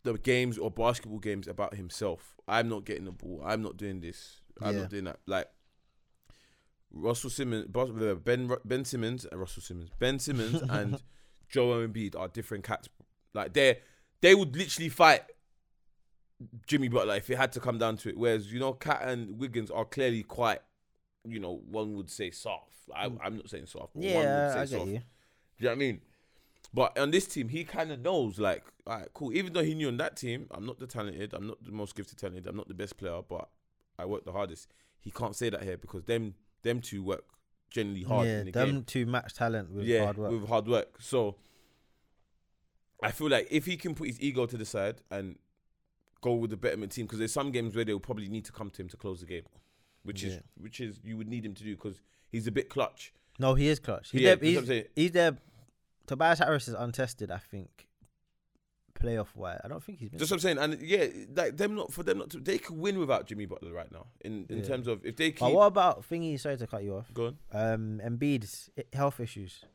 Speaker 1: the games or basketball games about himself. I'm not getting the ball. I'm not doing this. I'm
Speaker 2: Yeah.
Speaker 1: not doing that. Like Russell Simmons, Bus- uh, Ben Ru- Ben Simmons, uh, Russell Simmons, Ben
Speaker 2: *laughs*
Speaker 1: Simmons, and Joel Embiid are different cats. Like they they would literally fight Jimmy Butler if it had to come down to it. Whereas you know, Cat and Wiggins are clearly quite, you know, one would say soft. I, I'm not saying soft. But one
Speaker 2: Mm. Yeah,
Speaker 1: would say
Speaker 2: I get
Speaker 1: soft.
Speaker 2: you.
Speaker 1: Do you know what I mean? But on this team, he kind of knows, like, all right, cool. Even though he knew on that team, I'm not the talented, I'm not the most gifted talented, I'm not the best player, but I work the hardest. He can't say that here because them them two work generally hard
Speaker 2: yeah,
Speaker 1: in the
Speaker 2: them
Speaker 1: game.
Speaker 2: two match talent with
Speaker 1: yeah,
Speaker 2: hard work.
Speaker 1: with hard work. So I feel like if he can put his ego to the side and go with the betterment team, because there's some games where they'll probably need to come to him to close the game, which is
Speaker 2: Yeah.
Speaker 1: which is you would need him to do because he's a bit clutch.
Speaker 2: no, he is clutch. He's
Speaker 1: Yeah,
Speaker 2: their,
Speaker 1: that's what I'm
Speaker 2: he's,
Speaker 1: saying.
Speaker 2: he's their Tobias Harris is untested. I think playoff wise, I don't think he's been.
Speaker 1: Just what I'm saying, and yeah, like them not for them not to, they could win without Jimmy Butler right now. In in
Speaker 2: Yeah.
Speaker 1: terms of if they
Speaker 2: but
Speaker 1: keep
Speaker 2: what about thingy? Sorry to cut you off.
Speaker 1: going,
Speaker 2: um Embiid's i- health issues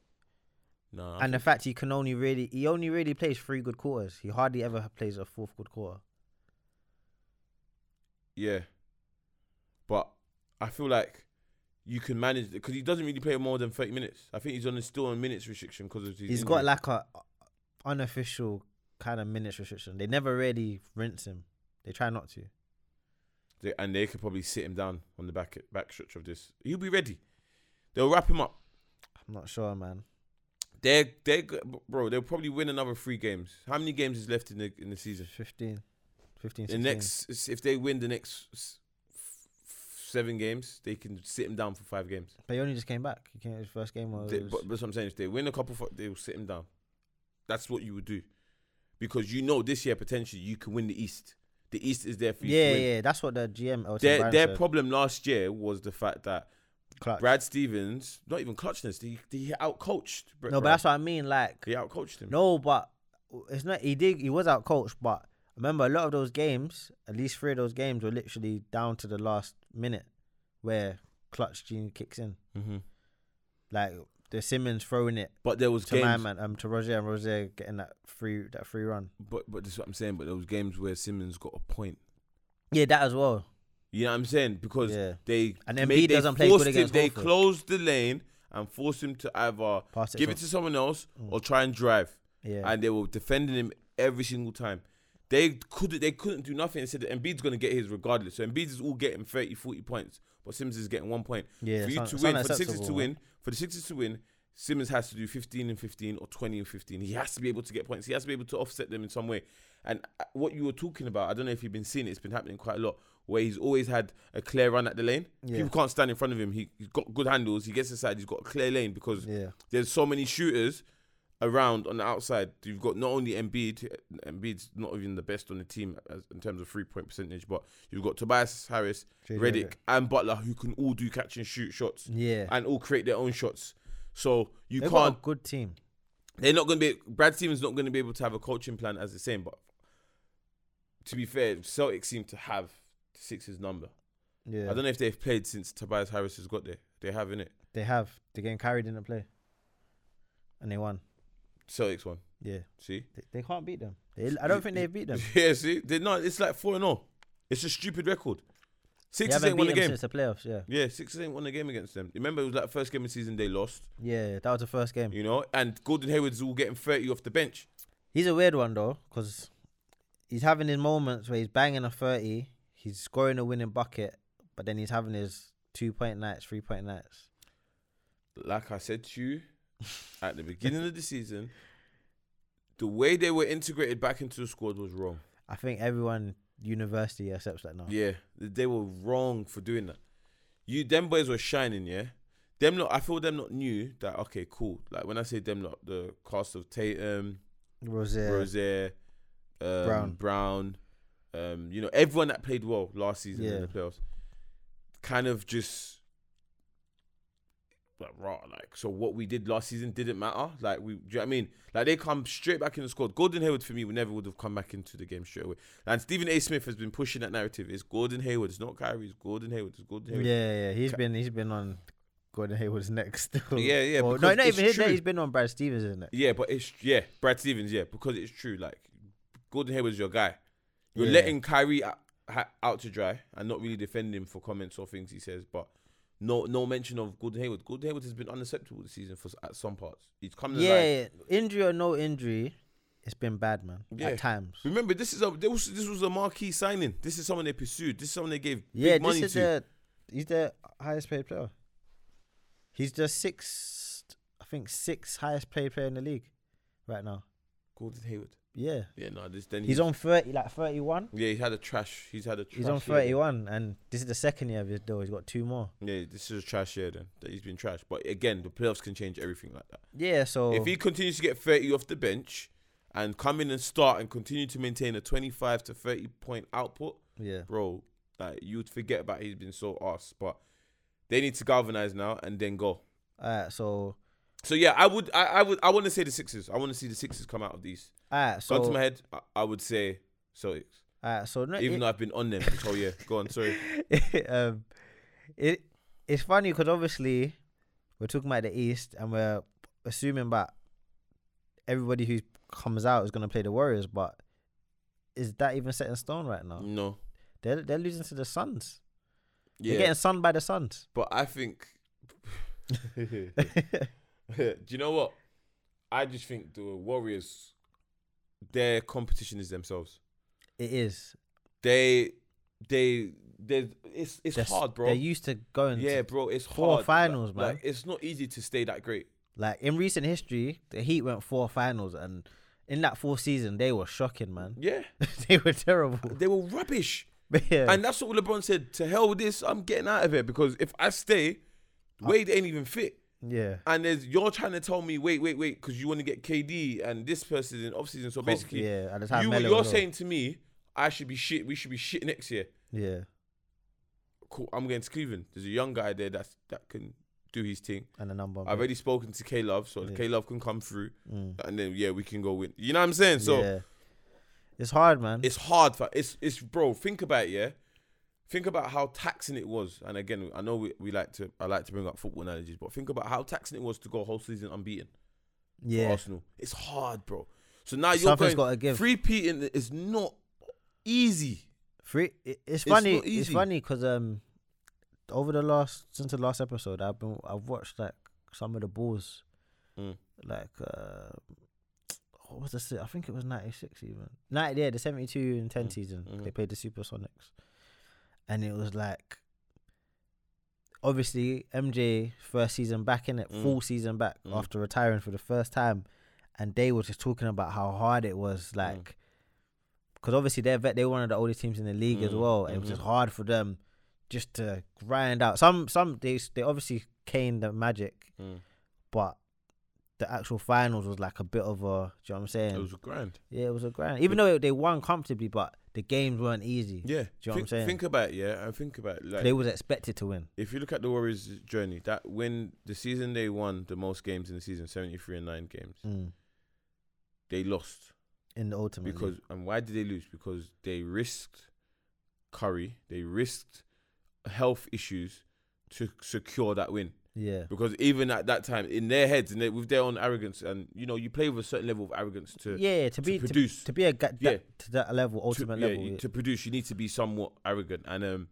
Speaker 1: nah,
Speaker 2: and the fact he can only really he only really plays three good quarters. He hardly ever plays a fourth good quarter.
Speaker 1: yeah. But I feel like you can manage because he doesn't really play more than 30 minutes. I think he's on a still on minutes restriction because of his.
Speaker 2: He's
Speaker 1: injury.
Speaker 2: got like a unofficial kind of minutes restriction. They never really rinse him. They try not to.
Speaker 1: They- and they could probably sit him down on the back back stretch of this. He'll be ready. They'll wrap him up.
Speaker 2: I'm not sure, man.
Speaker 1: They're they bro. They'll probably win another three games. How many games is left in the in the season?
Speaker 2: 15, 15,
Speaker 1: the
Speaker 2: 16.
Speaker 1: next if they win the next s- f- seven games, they can sit him down for five games.
Speaker 2: But he only just came back. He came his first game was
Speaker 1: They- but that's what I'm saying. If they win a couple, fi- they will sit him down. That's what you would do, because you know this year potentially you can win the East. The East is there for you.
Speaker 2: yeah,
Speaker 1: to win.
Speaker 2: yeah. That's what the GM. Elton
Speaker 1: Their
Speaker 2: Brand
Speaker 1: their
Speaker 2: said.
Speaker 1: problem last year was the fact that
Speaker 2: Clutch.
Speaker 1: Brad Stevens, not even clutchness, he he outcoached. Brett
Speaker 2: No,
Speaker 1: Brown.
Speaker 2: but that's what I mean. Like
Speaker 1: he outcoached him.
Speaker 2: No, but it's not. He did. He was out coached, but remember, a lot of those games, at least three of those games, were literally down to the last minute, where clutch gene kicks in.
Speaker 1: hmm
Speaker 2: Like the Simmons throwing it
Speaker 1: But there was
Speaker 2: to my
Speaker 1: games.
Speaker 2: man, um, to Roger, and Roger getting that free that free run.
Speaker 1: But but that's what I'm saying. But there was games where Simmons got a point.
Speaker 2: Yeah, that as well.
Speaker 1: You know what I'm saying? Because
Speaker 2: Yeah.
Speaker 1: they
Speaker 2: And
Speaker 1: made-
Speaker 2: Embiid
Speaker 1: they
Speaker 2: doesn't play good
Speaker 1: forced him-
Speaker 2: against
Speaker 1: They
Speaker 2: Horford.
Speaker 1: closed the lane and forced him to either
Speaker 2: Pass it
Speaker 1: give it
Speaker 2: to- Mm.
Speaker 1: to someone else or try and drive.
Speaker 2: Yeah,
Speaker 1: And they were defending him every single time. They couldn't they couldn't do nothing and said that Embiid's gonna get his regardless. So Embiid is all getting 30, 40 points, but Simmons is getting one point.
Speaker 2: Yeah,
Speaker 1: for you
Speaker 2: sound-
Speaker 1: to
Speaker 2: sound
Speaker 1: win, for the Sixers to
Speaker 2: acceptable,
Speaker 1: win, for the Sixers to win, Simmons has to do 15 and 15 or 20 and 15. He has to be able to get points. He has to be able to offset them in some way. And uh, what you were talking about, I don't know if you've been seeing it, it's been happening quite a lot, where he's always had a clear run at the lane.
Speaker 2: Yeah.
Speaker 1: People can't stand in front of him. He, he's got good handles. He gets inside. He's got a clear lane because
Speaker 2: Yeah.
Speaker 1: there's so many shooters around on the outside. You've got not only Embiid, Embiid's not even the best on the team as, in terms of three point percentage, but you've got Tobias Harris,
Speaker 2: JJ
Speaker 1: Reddick, and Butler who can all do catch and shoot shots
Speaker 2: Yeah.
Speaker 1: and all create their own shots. So you
Speaker 2: They've
Speaker 1: can't.
Speaker 2: got a good team.
Speaker 1: They're not going to be. Brad Stevens not going to be able to have a coaching plan as the same. But to be fair, Celtics seem to have Sixers number.
Speaker 2: Yeah.
Speaker 1: I don't know if they've played since Tobias Harris has got there. They have in it.
Speaker 2: They have. They're getting carried in the play. And they won.
Speaker 1: Celtics won.
Speaker 2: Yeah.
Speaker 1: See.
Speaker 2: They, they can't beat them. They, I don't think they've beat them.
Speaker 1: *laughs* Yeah, see, they're not. It's like four and all. It's a stupid record.
Speaker 2: They
Speaker 1: Sixers
Speaker 2: haven't
Speaker 1: ain't
Speaker 2: beat
Speaker 1: won a
Speaker 2: them
Speaker 1: game.
Speaker 2: since the playoffs. Yeah.
Speaker 1: yeah, Sixers ain't won a game against them. Remember, it was like first game of the season they lost.
Speaker 2: Yeah. That was the first game.
Speaker 1: You know, and Gordon Hayward's all getting thirty off the bench.
Speaker 2: He's a weird one though, because he's having his moments where he's banging a thirty, he's scoring a winning bucket, but then he's having his two point nights, three point nights.
Speaker 1: Like I said to
Speaker 2: *laughs*
Speaker 1: you at the beginning of the season, the way they were integrated back into the squad was wrong.
Speaker 2: I think everyone university accepts that now.
Speaker 1: Yeah, they were wrong for doing that. You, them boys were shining, yeah. Them lot, I feel them not knew that. Okay, cool. Like when I say them lot, the cast of Tatum,
Speaker 2: Rose,
Speaker 1: Rozier, um,
Speaker 2: Brown.
Speaker 1: Brown, um, you know, everyone that played well last season in
Speaker 2: Yeah.
Speaker 1: the playoffs, kind of just like raw. Like, so what we did last season didn't matter. Like, we, do you know what I mean? Like, they come straight back in the squad. Gordon Hayward for me would never would have come back into the game straight away. And Stephen A. Smith has been pushing that narrative. It's Gordon Hayward. It's not Kyrie. It's Gordon Hayward. It's Gordon
Speaker 2: yeah,
Speaker 1: Hayward.
Speaker 2: yeah, he's
Speaker 1: Ca-
Speaker 2: been he's been on Gordon Hayward's next.
Speaker 1: *laughs*
Speaker 2: still.
Speaker 1: Yeah, yeah,
Speaker 2: Or- no,
Speaker 1: because
Speaker 2: not
Speaker 1: it's
Speaker 2: even his neck.
Speaker 1: true.
Speaker 2: He's been on Brad Stevens' neck.
Speaker 1: Yeah, but it's yeah, Brad Stevens, yeah, because it's true. Like Gordon Hayward's your guy. You're
Speaker 2: Yeah.
Speaker 1: letting Kyrie out, out to dry and not really defending him for comments or things he says, but no no mention of Gordon Hayward. Gordon Hayward has been unacceptable this season for s- at some parts. He's come alive.
Speaker 2: Yeah, yeah, injury or no injury, it's been bad, man.
Speaker 1: Yeah.
Speaker 2: At times.
Speaker 1: Remember, this is a this was, this was a marquee signing. This is someone they pursued. This is someone they gave
Speaker 2: Yeah,
Speaker 1: big
Speaker 2: this
Speaker 1: money
Speaker 2: is
Speaker 1: to.
Speaker 2: the he's the highest paid player. He's the sixth, I think, sixth highest paid player in the league right now.
Speaker 1: Gordon Hayward.
Speaker 2: Yeah,
Speaker 1: Yeah, no, this then
Speaker 2: he's on thirty, like thirty-one.
Speaker 1: Yeah, he's had a trash. He's had a. Trash
Speaker 2: He's on
Speaker 1: year.
Speaker 2: thirty-one, and this is the second year of his deal. He's got two more.
Speaker 1: Yeah, this is a trash year. Then that he's been trash. But again, the playoffs can change everything like that.
Speaker 2: Yeah, so
Speaker 1: If he continues to get 30 off the bench and come in and start and continue to maintain a 25 to 30 point output,
Speaker 2: yeah,
Speaker 1: bro, like you'd forget about he's been so ass. But they need to galvanize now and then go.
Speaker 2: alright, so
Speaker 1: So yeah, I would, I, I would, I want to say the Sixers. I want to see the Sixers come out of these.
Speaker 2: alright,
Speaker 1: So, Gone to my
Speaker 2: so
Speaker 1: head, I, I would say Celtics,
Speaker 2: alright, so no,
Speaker 1: even
Speaker 2: it-
Speaker 1: though I've been on them this whole year. Go on, sorry.
Speaker 2: *laughs* um, it it's funny because obviously we're talking about the East and we're assuming that everybody who comes out is going to play the Warriors, but is that even set in stone right now?
Speaker 1: No,
Speaker 2: They're they're losing to the Suns.
Speaker 1: yeah,
Speaker 2: They're getting sunned by
Speaker 1: *laughs*
Speaker 2: the Suns. *laughs*
Speaker 1: but I think. Do you know what? I just think the Warriors, their competition is themselves.
Speaker 2: It is.
Speaker 1: they they they it's it's
Speaker 2: They're s-
Speaker 1: hard, bro.
Speaker 2: They're used to going.
Speaker 1: yeah,
Speaker 2: Yeah.
Speaker 1: bro, it's
Speaker 2: four
Speaker 1: hard.
Speaker 2: finals,
Speaker 1: like,
Speaker 2: man.
Speaker 1: Like, it's not easy to stay that great.
Speaker 2: like in recent history, the Heat went four finals, and in that fourth season, they were shocking, man. *laughs*
Speaker 1: Yeah,
Speaker 2: they were terrible. *laughs*
Speaker 1: they were rubbish,
Speaker 2: yeah.
Speaker 1: and that's what LeBron said. To hell with this, I'm getting out of here because if I stay, Wade ain't even fit.
Speaker 2: yeah.
Speaker 1: And there's you're trying to tell me, wait, wait, wait, because you want to get KD and this person in offseason. So basically,
Speaker 2: yeah. At the time,
Speaker 1: you
Speaker 2: Melo
Speaker 1: you're
Speaker 2: was on.
Speaker 1: saying to me, I should be shit. We should be shit next year.
Speaker 2: yeah.
Speaker 1: Cool, I'm going to Cleveland. There's a young guy there that's that can do his thing.
Speaker 2: And the number.
Speaker 1: I've already spoken to K Love, so
Speaker 2: Yeah.
Speaker 1: K Love can come through.
Speaker 2: Mm.
Speaker 1: and then yeah, we can go win. You know what I'm saying? So
Speaker 2: yeah. it's hard, man.
Speaker 1: it's hard for it's it's bro. Think about it, yeah. Think about how taxing it was. And again, I know we, we like to I like to bring up football analogies, but think about how taxing it was to go whole season unbeaten for
Speaker 2: yeah,
Speaker 1: Arsenal. It's hard, bro. So now Ah, you're
Speaker 2: Something's
Speaker 1: going
Speaker 2: gotta give.
Speaker 1: free peating is not easy.
Speaker 2: free. it- It's funny.
Speaker 1: not
Speaker 2: It's,
Speaker 1: easy.
Speaker 2: funny because um, over the last since the last episode, I've been I've watched like some of the balls,
Speaker 1: Mm.
Speaker 2: like uh, what was this? I think it was ninety six even ninety. Yeah, the seventy two and ten
Speaker 1: Mm,
Speaker 2: season
Speaker 1: mhm.
Speaker 2: they played the Supersonics, and it was like obviously MJ first season back in it,
Speaker 1: Mm.
Speaker 2: full season back after retiring for the first time, and they were just talking about how hard it
Speaker 1: Mm.
Speaker 2: was, like, because obviously they're vet, they were one of the oldest teams in the league
Speaker 1: Mm,
Speaker 2: as well. It was
Speaker 1: mm-hmm.
Speaker 2: just hard for them just to grind out. Some some they s- they obviously caned the magic, but the actual finals was like a bit of a, do you know what I'm saying?
Speaker 1: It was grand.
Speaker 2: yeah, it was a grind. Even though they won comfortably, but the games weren't easy.
Speaker 1: Yeah.
Speaker 2: Do you know what I'm
Speaker 1: think,
Speaker 2: saying?
Speaker 1: Think about it, yeah, and think about it, like
Speaker 2: They was expected to win.
Speaker 1: if you look at the Warriors' journey, that when the season they won the most games in the season, seventy three and nine games,
Speaker 2: Mm.
Speaker 1: they lost
Speaker 2: in the ultimate league.
Speaker 1: because and why did they lose? Because they risked Curry, they risked health issues to secure that win.
Speaker 2: yeah
Speaker 1: Because even at that time, in their heads and they, with their own arrogance, and you know, you play with a certain level of arrogance to
Speaker 2: yeah to be to,
Speaker 1: produce.
Speaker 2: to be a ga-
Speaker 1: Yeah.
Speaker 2: that, to that level
Speaker 1: to,
Speaker 2: ultimate
Speaker 1: yeah,
Speaker 2: level
Speaker 1: you-
Speaker 2: yeah,
Speaker 1: to produce, you need to be somewhat arrogant. And um,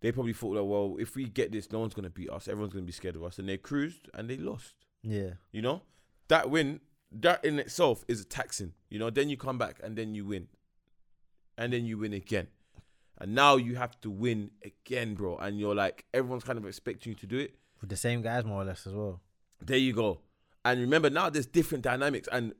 Speaker 1: they probably thought that well, if we get this, no one's gonna beat us. Everyone's gonna be scared of us. And they cruised and they lost.
Speaker 2: yeah
Speaker 1: You know, that win, that in itself is taxing. You know, then you come back and then you win, and then you win again, and now you have to win again, bro. And you're like, everyone's kind of expecting you to do it.
Speaker 2: with the same guys more or less as well
Speaker 1: There you go. And remember now, there's different dynamics, and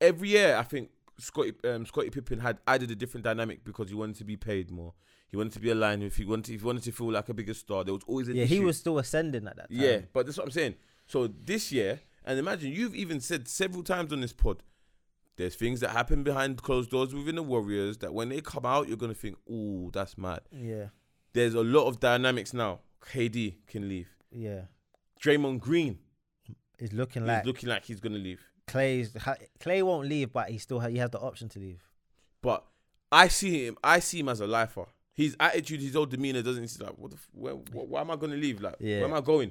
Speaker 1: every year I think Scotty um, Scotty Pippen had added a different dynamic because he wanted to be paid more. He wanted to be aligned with. He wanted. He wanted to feel like a bigger star. There was always an
Speaker 2: yeah he
Speaker 1: issue.
Speaker 2: was still ascending at that time
Speaker 1: Yeah, but that's what I'm saying. So this year, and imagine you've even said several times on this pod, there's things that happen behind closed doors within the Warriors that when they come out, you're gonna think, "Oh, that's mad."
Speaker 2: yeah
Speaker 1: There's a lot of dynamics now. KD can leave.
Speaker 2: yeah
Speaker 1: Draymond Green
Speaker 2: it's looking like
Speaker 1: is looking like he's gonna leave.
Speaker 2: Clay's ha- Clay won't leave but he still ha- he has the option to leave
Speaker 1: But I see him. I see him as a lifer. His attitude, his whole demeanor doesn't. He's like, what? The, f- where, wh- why am I gonna leave? Like,
Speaker 2: Yeah.
Speaker 1: where am I going?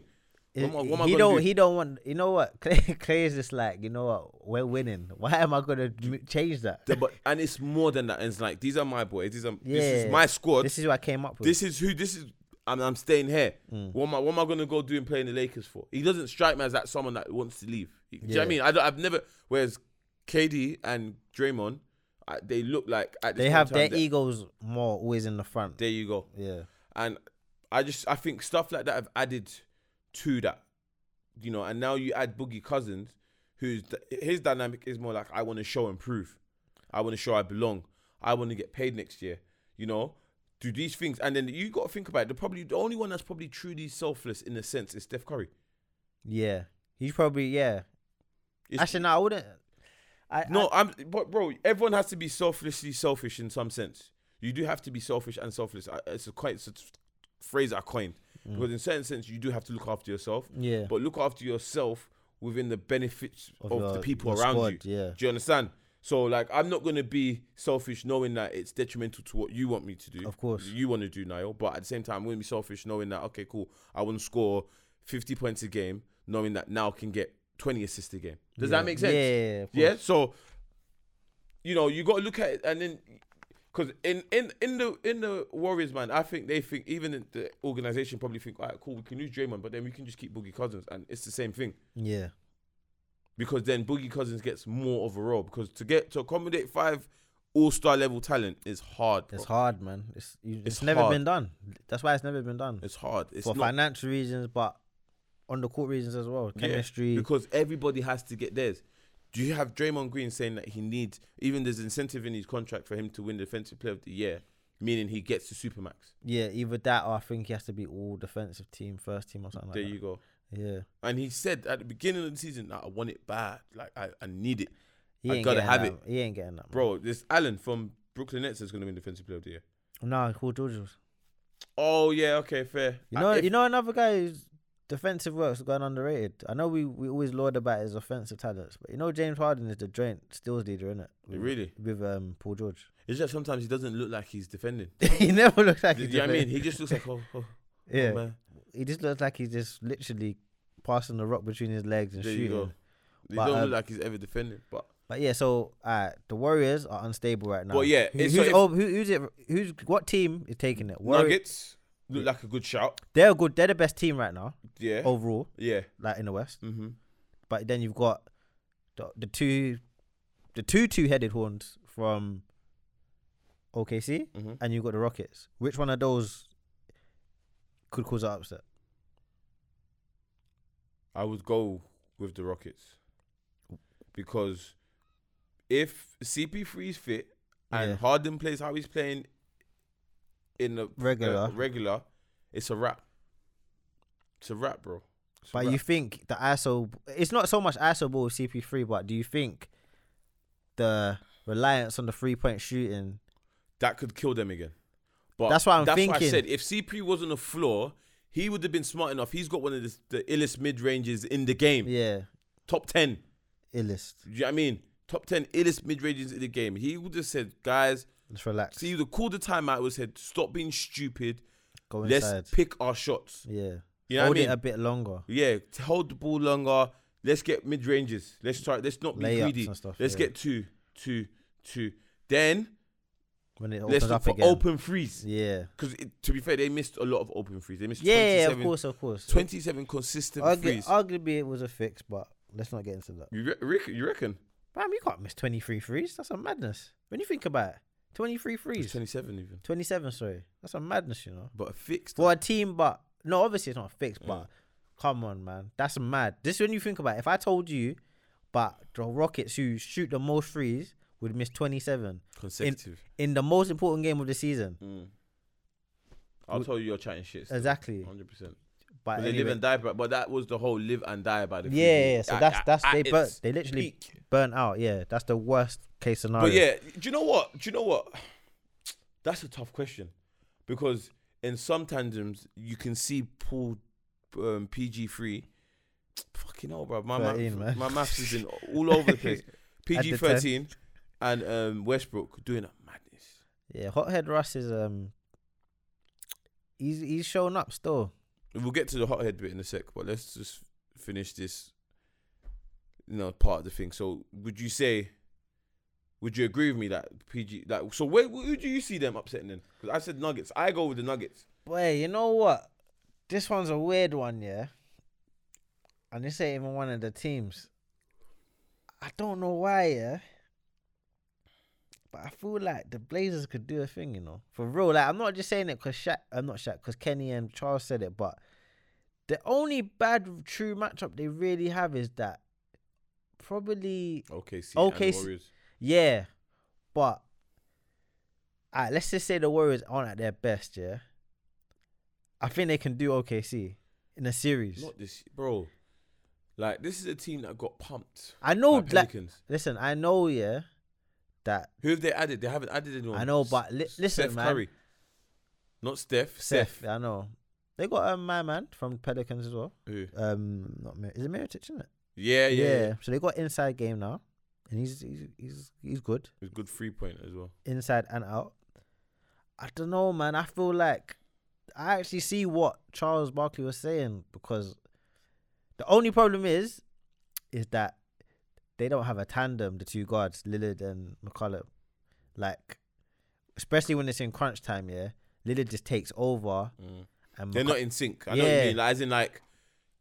Speaker 1: What
Speaker 2: It-
Speaker 1: am I- what am I
Speaker 2: he
Speaker 1: gonna
Speaker 2: don't
Speaker 1: do?
Speaker 2: he don't want you know what *laughs* Clay Clay is just like you know what we're winning why am I gonna m- change that
Speaker 1: The- but and it's more than that. And it's like these are my boys. These are this
Speaker 2: Yeah.
Speaker 1: is my squad.
Speaker 2: *laughs* this is what I came up with
Speaker 1: This is who this is. I'm, I'm staying here.
Speaker 2: Hmm.
Speaker 1: What, am I, what am I gonna go do and play in the Lakers for? He doesn't strike me as that someone that wants to leave. Do you know what I
Speaker 2: Yeah.
Speaker 1: mean? I don't, I've never. Whereas KD and Draymond, I, they look like at this
Speaker 2: they
Speaker 1: point
Speaker 2: have
Speaker 1: in
Speaker 2: their
Speaker 1: time, they're-
Speaker 2: egos more always in the front
Speaker 1: There you go.
Speaker 2: yeah
Speaker 1: And I just I think stuff like that have added to that, you know. And now you add Boogie Cousins, who's his dynamic is more like I want to show and prove, I want to show I belong, I want to get paid next year, you know. Do these things, and then you got to think about it. The probably the only one that's probably truly selfless in a sense is Steph Curry.
Speaker 2: yeah he's probably yeah
Speaker 1: It's-
Speaker 2: actually no I wouldn't I I-
Speaker 1: No, I'm but bro, everyone has to be selflessly selfish in some sense. You do have to be selfish and selfless. I- It's a quite it's a phrase I coined because in certain sense you do have to look after yourself.
Speaker 2: Yeah.
Speaker 1: But look after yourself within the benefits of,
Speaker 2: Of
Speaker 1: the
Speaker 2: your-
Speaker 1: people
Speaker 2: your
Speaker 1: around
Speaker 2: squad,
Speaker 1: you.
Speaker 2: yeah.
Speaker 1: Do you understand? So like I'm not gonna be selfish knowing that it's detrimental to what you want me to do.
Speaker 2: Of course.
Speaker 1: You want to do Niall, but at the same time I'm gonna be selfish knowing that okay, cool, I wanna score fifty points a game, knowing that now can get twenty assists a game. Does
Speaker 2: Yeah.
Speaker 1: that make sense?
Speaker 2: Yeah, yeah, yeah, of
Speaker 1: Yeah. So, you know, you got to look at it, and then because in in in the in the Warriors, man, I think they think even the organization probably think, all right, cool, we can lose Draymond, but then we can just keep Boogie Cousins, and it's the same thing
Speaker 2: yeah
Speaker 1: because then Boogie Cousins gets more of a role because to get to accommodate five All Star level talent is hard. bro.
Speaker 2: It's hard, man. It's you, it's,
Speaker 1: It's
Speaker 2: never
Speaker 1: hard.
Speaker 2: been done. That's why it's never been done
Speaker 1: It's hard. It's
Speaker 2: for
Speaker 1: not
Speaker 2: financial reasons, but on the court reasons as well.
Speaker 1: Yeah,
Speaker 2: Chemistry.
Speaker 1: because everybody has to get theirs. Do you have Draymond Green saying that he needs even there's incentive in his contract for him to win Defensive Player of the Year, meaning he gets the supermax.
Speaker 2: yeah, either that or I think he has to be all defensive team, first team, or something
Speaker 1: There
Speaker 2: like
Speaker 1: you go.
Speaker 2: that. Yeah,
Speaker 1: And he said at the beginning of the season that I want it bad, like I, I need it,
Speaker 2: he
Speaker 1: I
Speaker 2: ain't
Speaker 1: gotta
Speaker 2: getting
Speaker 1: have
Speaker 2: that.
Speaker 1: it.
Speaker 2: He ain't getting that, man.
Speaker 1: bro. This Allen from Brooklyn Nets is going to win Defensive Player of the Year.
Speaker 2: No, Paul George. was-
Speaker 1: Oh yeah, okay, fair.
Speaker 2: You
Speaker 1: Uh,
Speaker 2: know,
Speaker 1: if-
Speaker 2: you know another guy who's defensive work's gone underrated. I know we, we always laud about his offensive talents, but you know James Harden is the joint steals leader, isn't it?
Speaker 1: Really?
Speaker 2: With um Paul George, *laughs*
Speaker 1: it's just sometimes he doesn't look like he's defending.
Speaker 2: he never looks like
Speaker 1: Do
Speaker 2: he's
Speaker 1: you know what I mean?
Speaker 2: defending.
Speaker 1: He just looks like oh,
Speaker 2: *laughs*
Speaker 1: oh, oh,
Speaker 2: yeah.
Speaker 1: man.
Speaker 2: He just looks like he's just literally passing the rock between his legs and
Speaker 1: There you
Speaker 2: shooting.
Speaker 1: go. He
Speaker 2: But,
Speaker 1: don't
Speaker 2: um,
Speaker 1: look like he's ever defending, but
Speaker 2: But yeah, so uh, the Warriors are unstable right now.
Speaker 1: Well, yeah,
Speaker 2: Who-
Speaker 1: it's-
Speaker 2: who's,
Speaker 1: so if-
Speaker 2: oh, who, who's it? Who's what team is taking it? Warri-
Speaker 1: Nuggets look like a good shout.
Speaker 2: They're good. They're the best team right now
Speaker 1: Yeah,
Speaker 2: overall,
Speaker 1: yeah.
Speaker 2: like in the West.
Speaker 1: Mm-hmm.
Speaker 2: But then you've got the, the two, the two two-headed horns from OKC,
Speaker 1: Mhm. mm-hmm.
Speaker 2: and you've got the Rockets. Which one of those could cause an upset?
Speaker 1: I would go with the Rockets because if CP3 is fit and
Speaker 2: Yeah.
Speaker 1: Harden plays how he's playing in the
Speaker 2: Regular.
Speaker 1: uh, regular, it's a wrap. It's a wrap, bro. It's a
Speaker 2: But
Speaker 1: wrap.
Speaker 2: you think the ISO? It's not so much ISO ball with CP3, but do you think the reliance on the three point shooting?
Speaker 1: that could kill them again. But
Speaker 2: That's what I'm
Speaker 1: Why I
Speaker 2: thinking.
Speaker 1: said if CP was on the floor, he would have been smart enough. He's got one of the, the illest mid ranges in the game,
Speaker 2: Yeah,
Speaker 1: top ten.
Speaker 2: illest.
Speaker 1: Do you know what I mean? Top ten illest mid ranges in the game. He would have said, guys,
Speaker 2: Let's relax.
Speaker 1: see, he would have called the timeout. Was said, stop being stupid.
Speaker 2: Go
Speaker 1: Let's
Speaker 2: inside.
Speaker 1: pick our shots.
Speaker 2: yeah,
Speaker 1: You know
Speaker 2: hold
Speaker 1: what I mean?
Speaker 2: it a bit longer.
Speaker 1: Yeah, t- hold the ball longer. Let's get mid ranges. Let's try. Let's not be
Speaker 2: Layups
Speaker 1: greedy.
Speaker 2: and stuff,
Speaker 1: let's
Speaker 2: yeah.
Speaker 1: get two, two, two. Then
Speaker 2: When it
Speaker 1: let's
Speaker 2: opens
Speaker 1: look
Speaker 2: up
Speaker 1: for
Speaker 2: again.
Speaker 1: open threes.
Speaker 2: Yeah,
Speaker 1: Because to be fair, they missed a lot of open threes. They missed
Speaker 2: yeah,
Speaker 1: 27,
Speaker 2: of course, of course.
Speaker 1: 27 consistent
Speaker 2: Argu-
Speaker 1: threes.
Speaker 2: arguably, it was a fix, but let's not get into that.
Speaker 1: you, re- reckon, you reckon?
Speaker 2: Man, you can't miss 23 threes. That's a madness. When you think about it, 23
Speaker 1: It's
Speaker 2: threes,
Speaker 1: 27 even.
Speaker 2: 27, sorry. That's a madness, you know.
Speaker 1: But a fixed.
Speaker 2: For a team, but no, obviously it's not fixed,
Speaker 1: Yeah.
Speaker 2: but come on, man. That's mad. This is when you think about it. If I told you, but the Rockets who shoot the most threes would miss 27
Speaker 1: consecutive.
Speaker 2: in the most important game of the season.
Speaker 1: Mm. I'll tell you, you're chatting shit. still.
Speaker 2: Exactly.
Speaker 1: 100%.
Speaker 2: But
Speaker 1: But they live
Speaker 2: anyway,
Speaker 1: and die, by, but that was the whole live and die by the
Speaker 2: yeah,
Speaker 1: free
Speaker 2: yeah,
Speaker 1: ball.
Speaker 2: yeah. so
Speaker 1: At-
Speaker 2: that's
Speaker 1: at-
Speaker 2: that's
Speaker 1: at
Speaker 2: they
Speaker 1: its
Speaker 2: burnt, they literally
Speaker 1: peak.
Speaker 2: burnt out. Yeah, that's the worst case scenario.
Speaker 1: But yeah, do you know what? Do you know what? That's a tough question because in some tandems you can see Paul um, PG three. Fucking hell, bro! My
Speaker 2: 13,
Speaker 1: math,
Speaker 2: man.
Speaker 1: my maths has been all over the
Speaker 2: *laughs*
Speaker 1: place. PG
Speaker 2: the
Speaker 1: thirteen and um, Westbrook doing a madness.
Speaker 2: yeah. Hothead Russ is um, he's he's showing up still.
Speaker 1: We'll get to the hothead bit in a sec, but let's just finish this. You know, part of the thing. So, would you say? Would you agree with me that PG that? So, where, who do you see them upsetting then? Because I said Nuggets. I go with the Nuggets.
Speaker 2: Boy, you know what? This one's a weird one, yeah. And this ain't even one of the teams. I don't know why, yeah. But I feel like the Blazers could do a thing, you know, for real. Like I'm not just saying it because Shaq, I'm not Shaq, because Kenny and Charles said it. But the only bad true matchup they really have is that probably
Speaker 1: OKC.
Speaker 2: OKC.
Speaker 1: And the Warriors.
Speaker 2: yeah, but alright, let's just say the Warriors aren't at their best. Yeah, I think they can do OKC in a series.
Speaker 1: Not this, bro. Like this is a team that got pumped.
Speaker 2: I know,
Speaker 1: by
Speaker 2: like,
Speaker 1: Pelicans.
Speaker 2: listen, I know, yeah, that
Speaker 1: Who have they added? They haven't added anyone.
Speaker 2: I know, but li-
Speaker 1: S-
Speaker 2: listen,
Speaker 1: Steph
Speaker 2: man.
Speaker 1: Curry. Not Steph.
Speaker 2: Seth,
Speaker 1: Steph.
Speaker 2: I know, they got um, my man from Pelicans as well.
Speaker 1: Who?
Speaker 2: Um, not Mer- is it Meritic, isn't it?
Speaker 1: Yeah, yeah. yeah.
Speaker 2: So they got inside game now, and he's he's he's, he's good.
Speaker 1: It's good three point as well.
Speaker 2: inside and out. I don't know, man. I feel like I actually see what Charles Barkley was saying because the only problem is, is that they don't have a tandem, the two guards, Lillard and McCollum. Like, especially when it's in crunch time, yeah. Lillard just takes over,
Speaker 1: Mm.
Speaker 2: and
Speaker 1: They're
Speaker 2: McCo-
Speaker 1: not in sync. I know what
Speaker 2: Yeah.
Speaker 1: you mean. Like, as in, like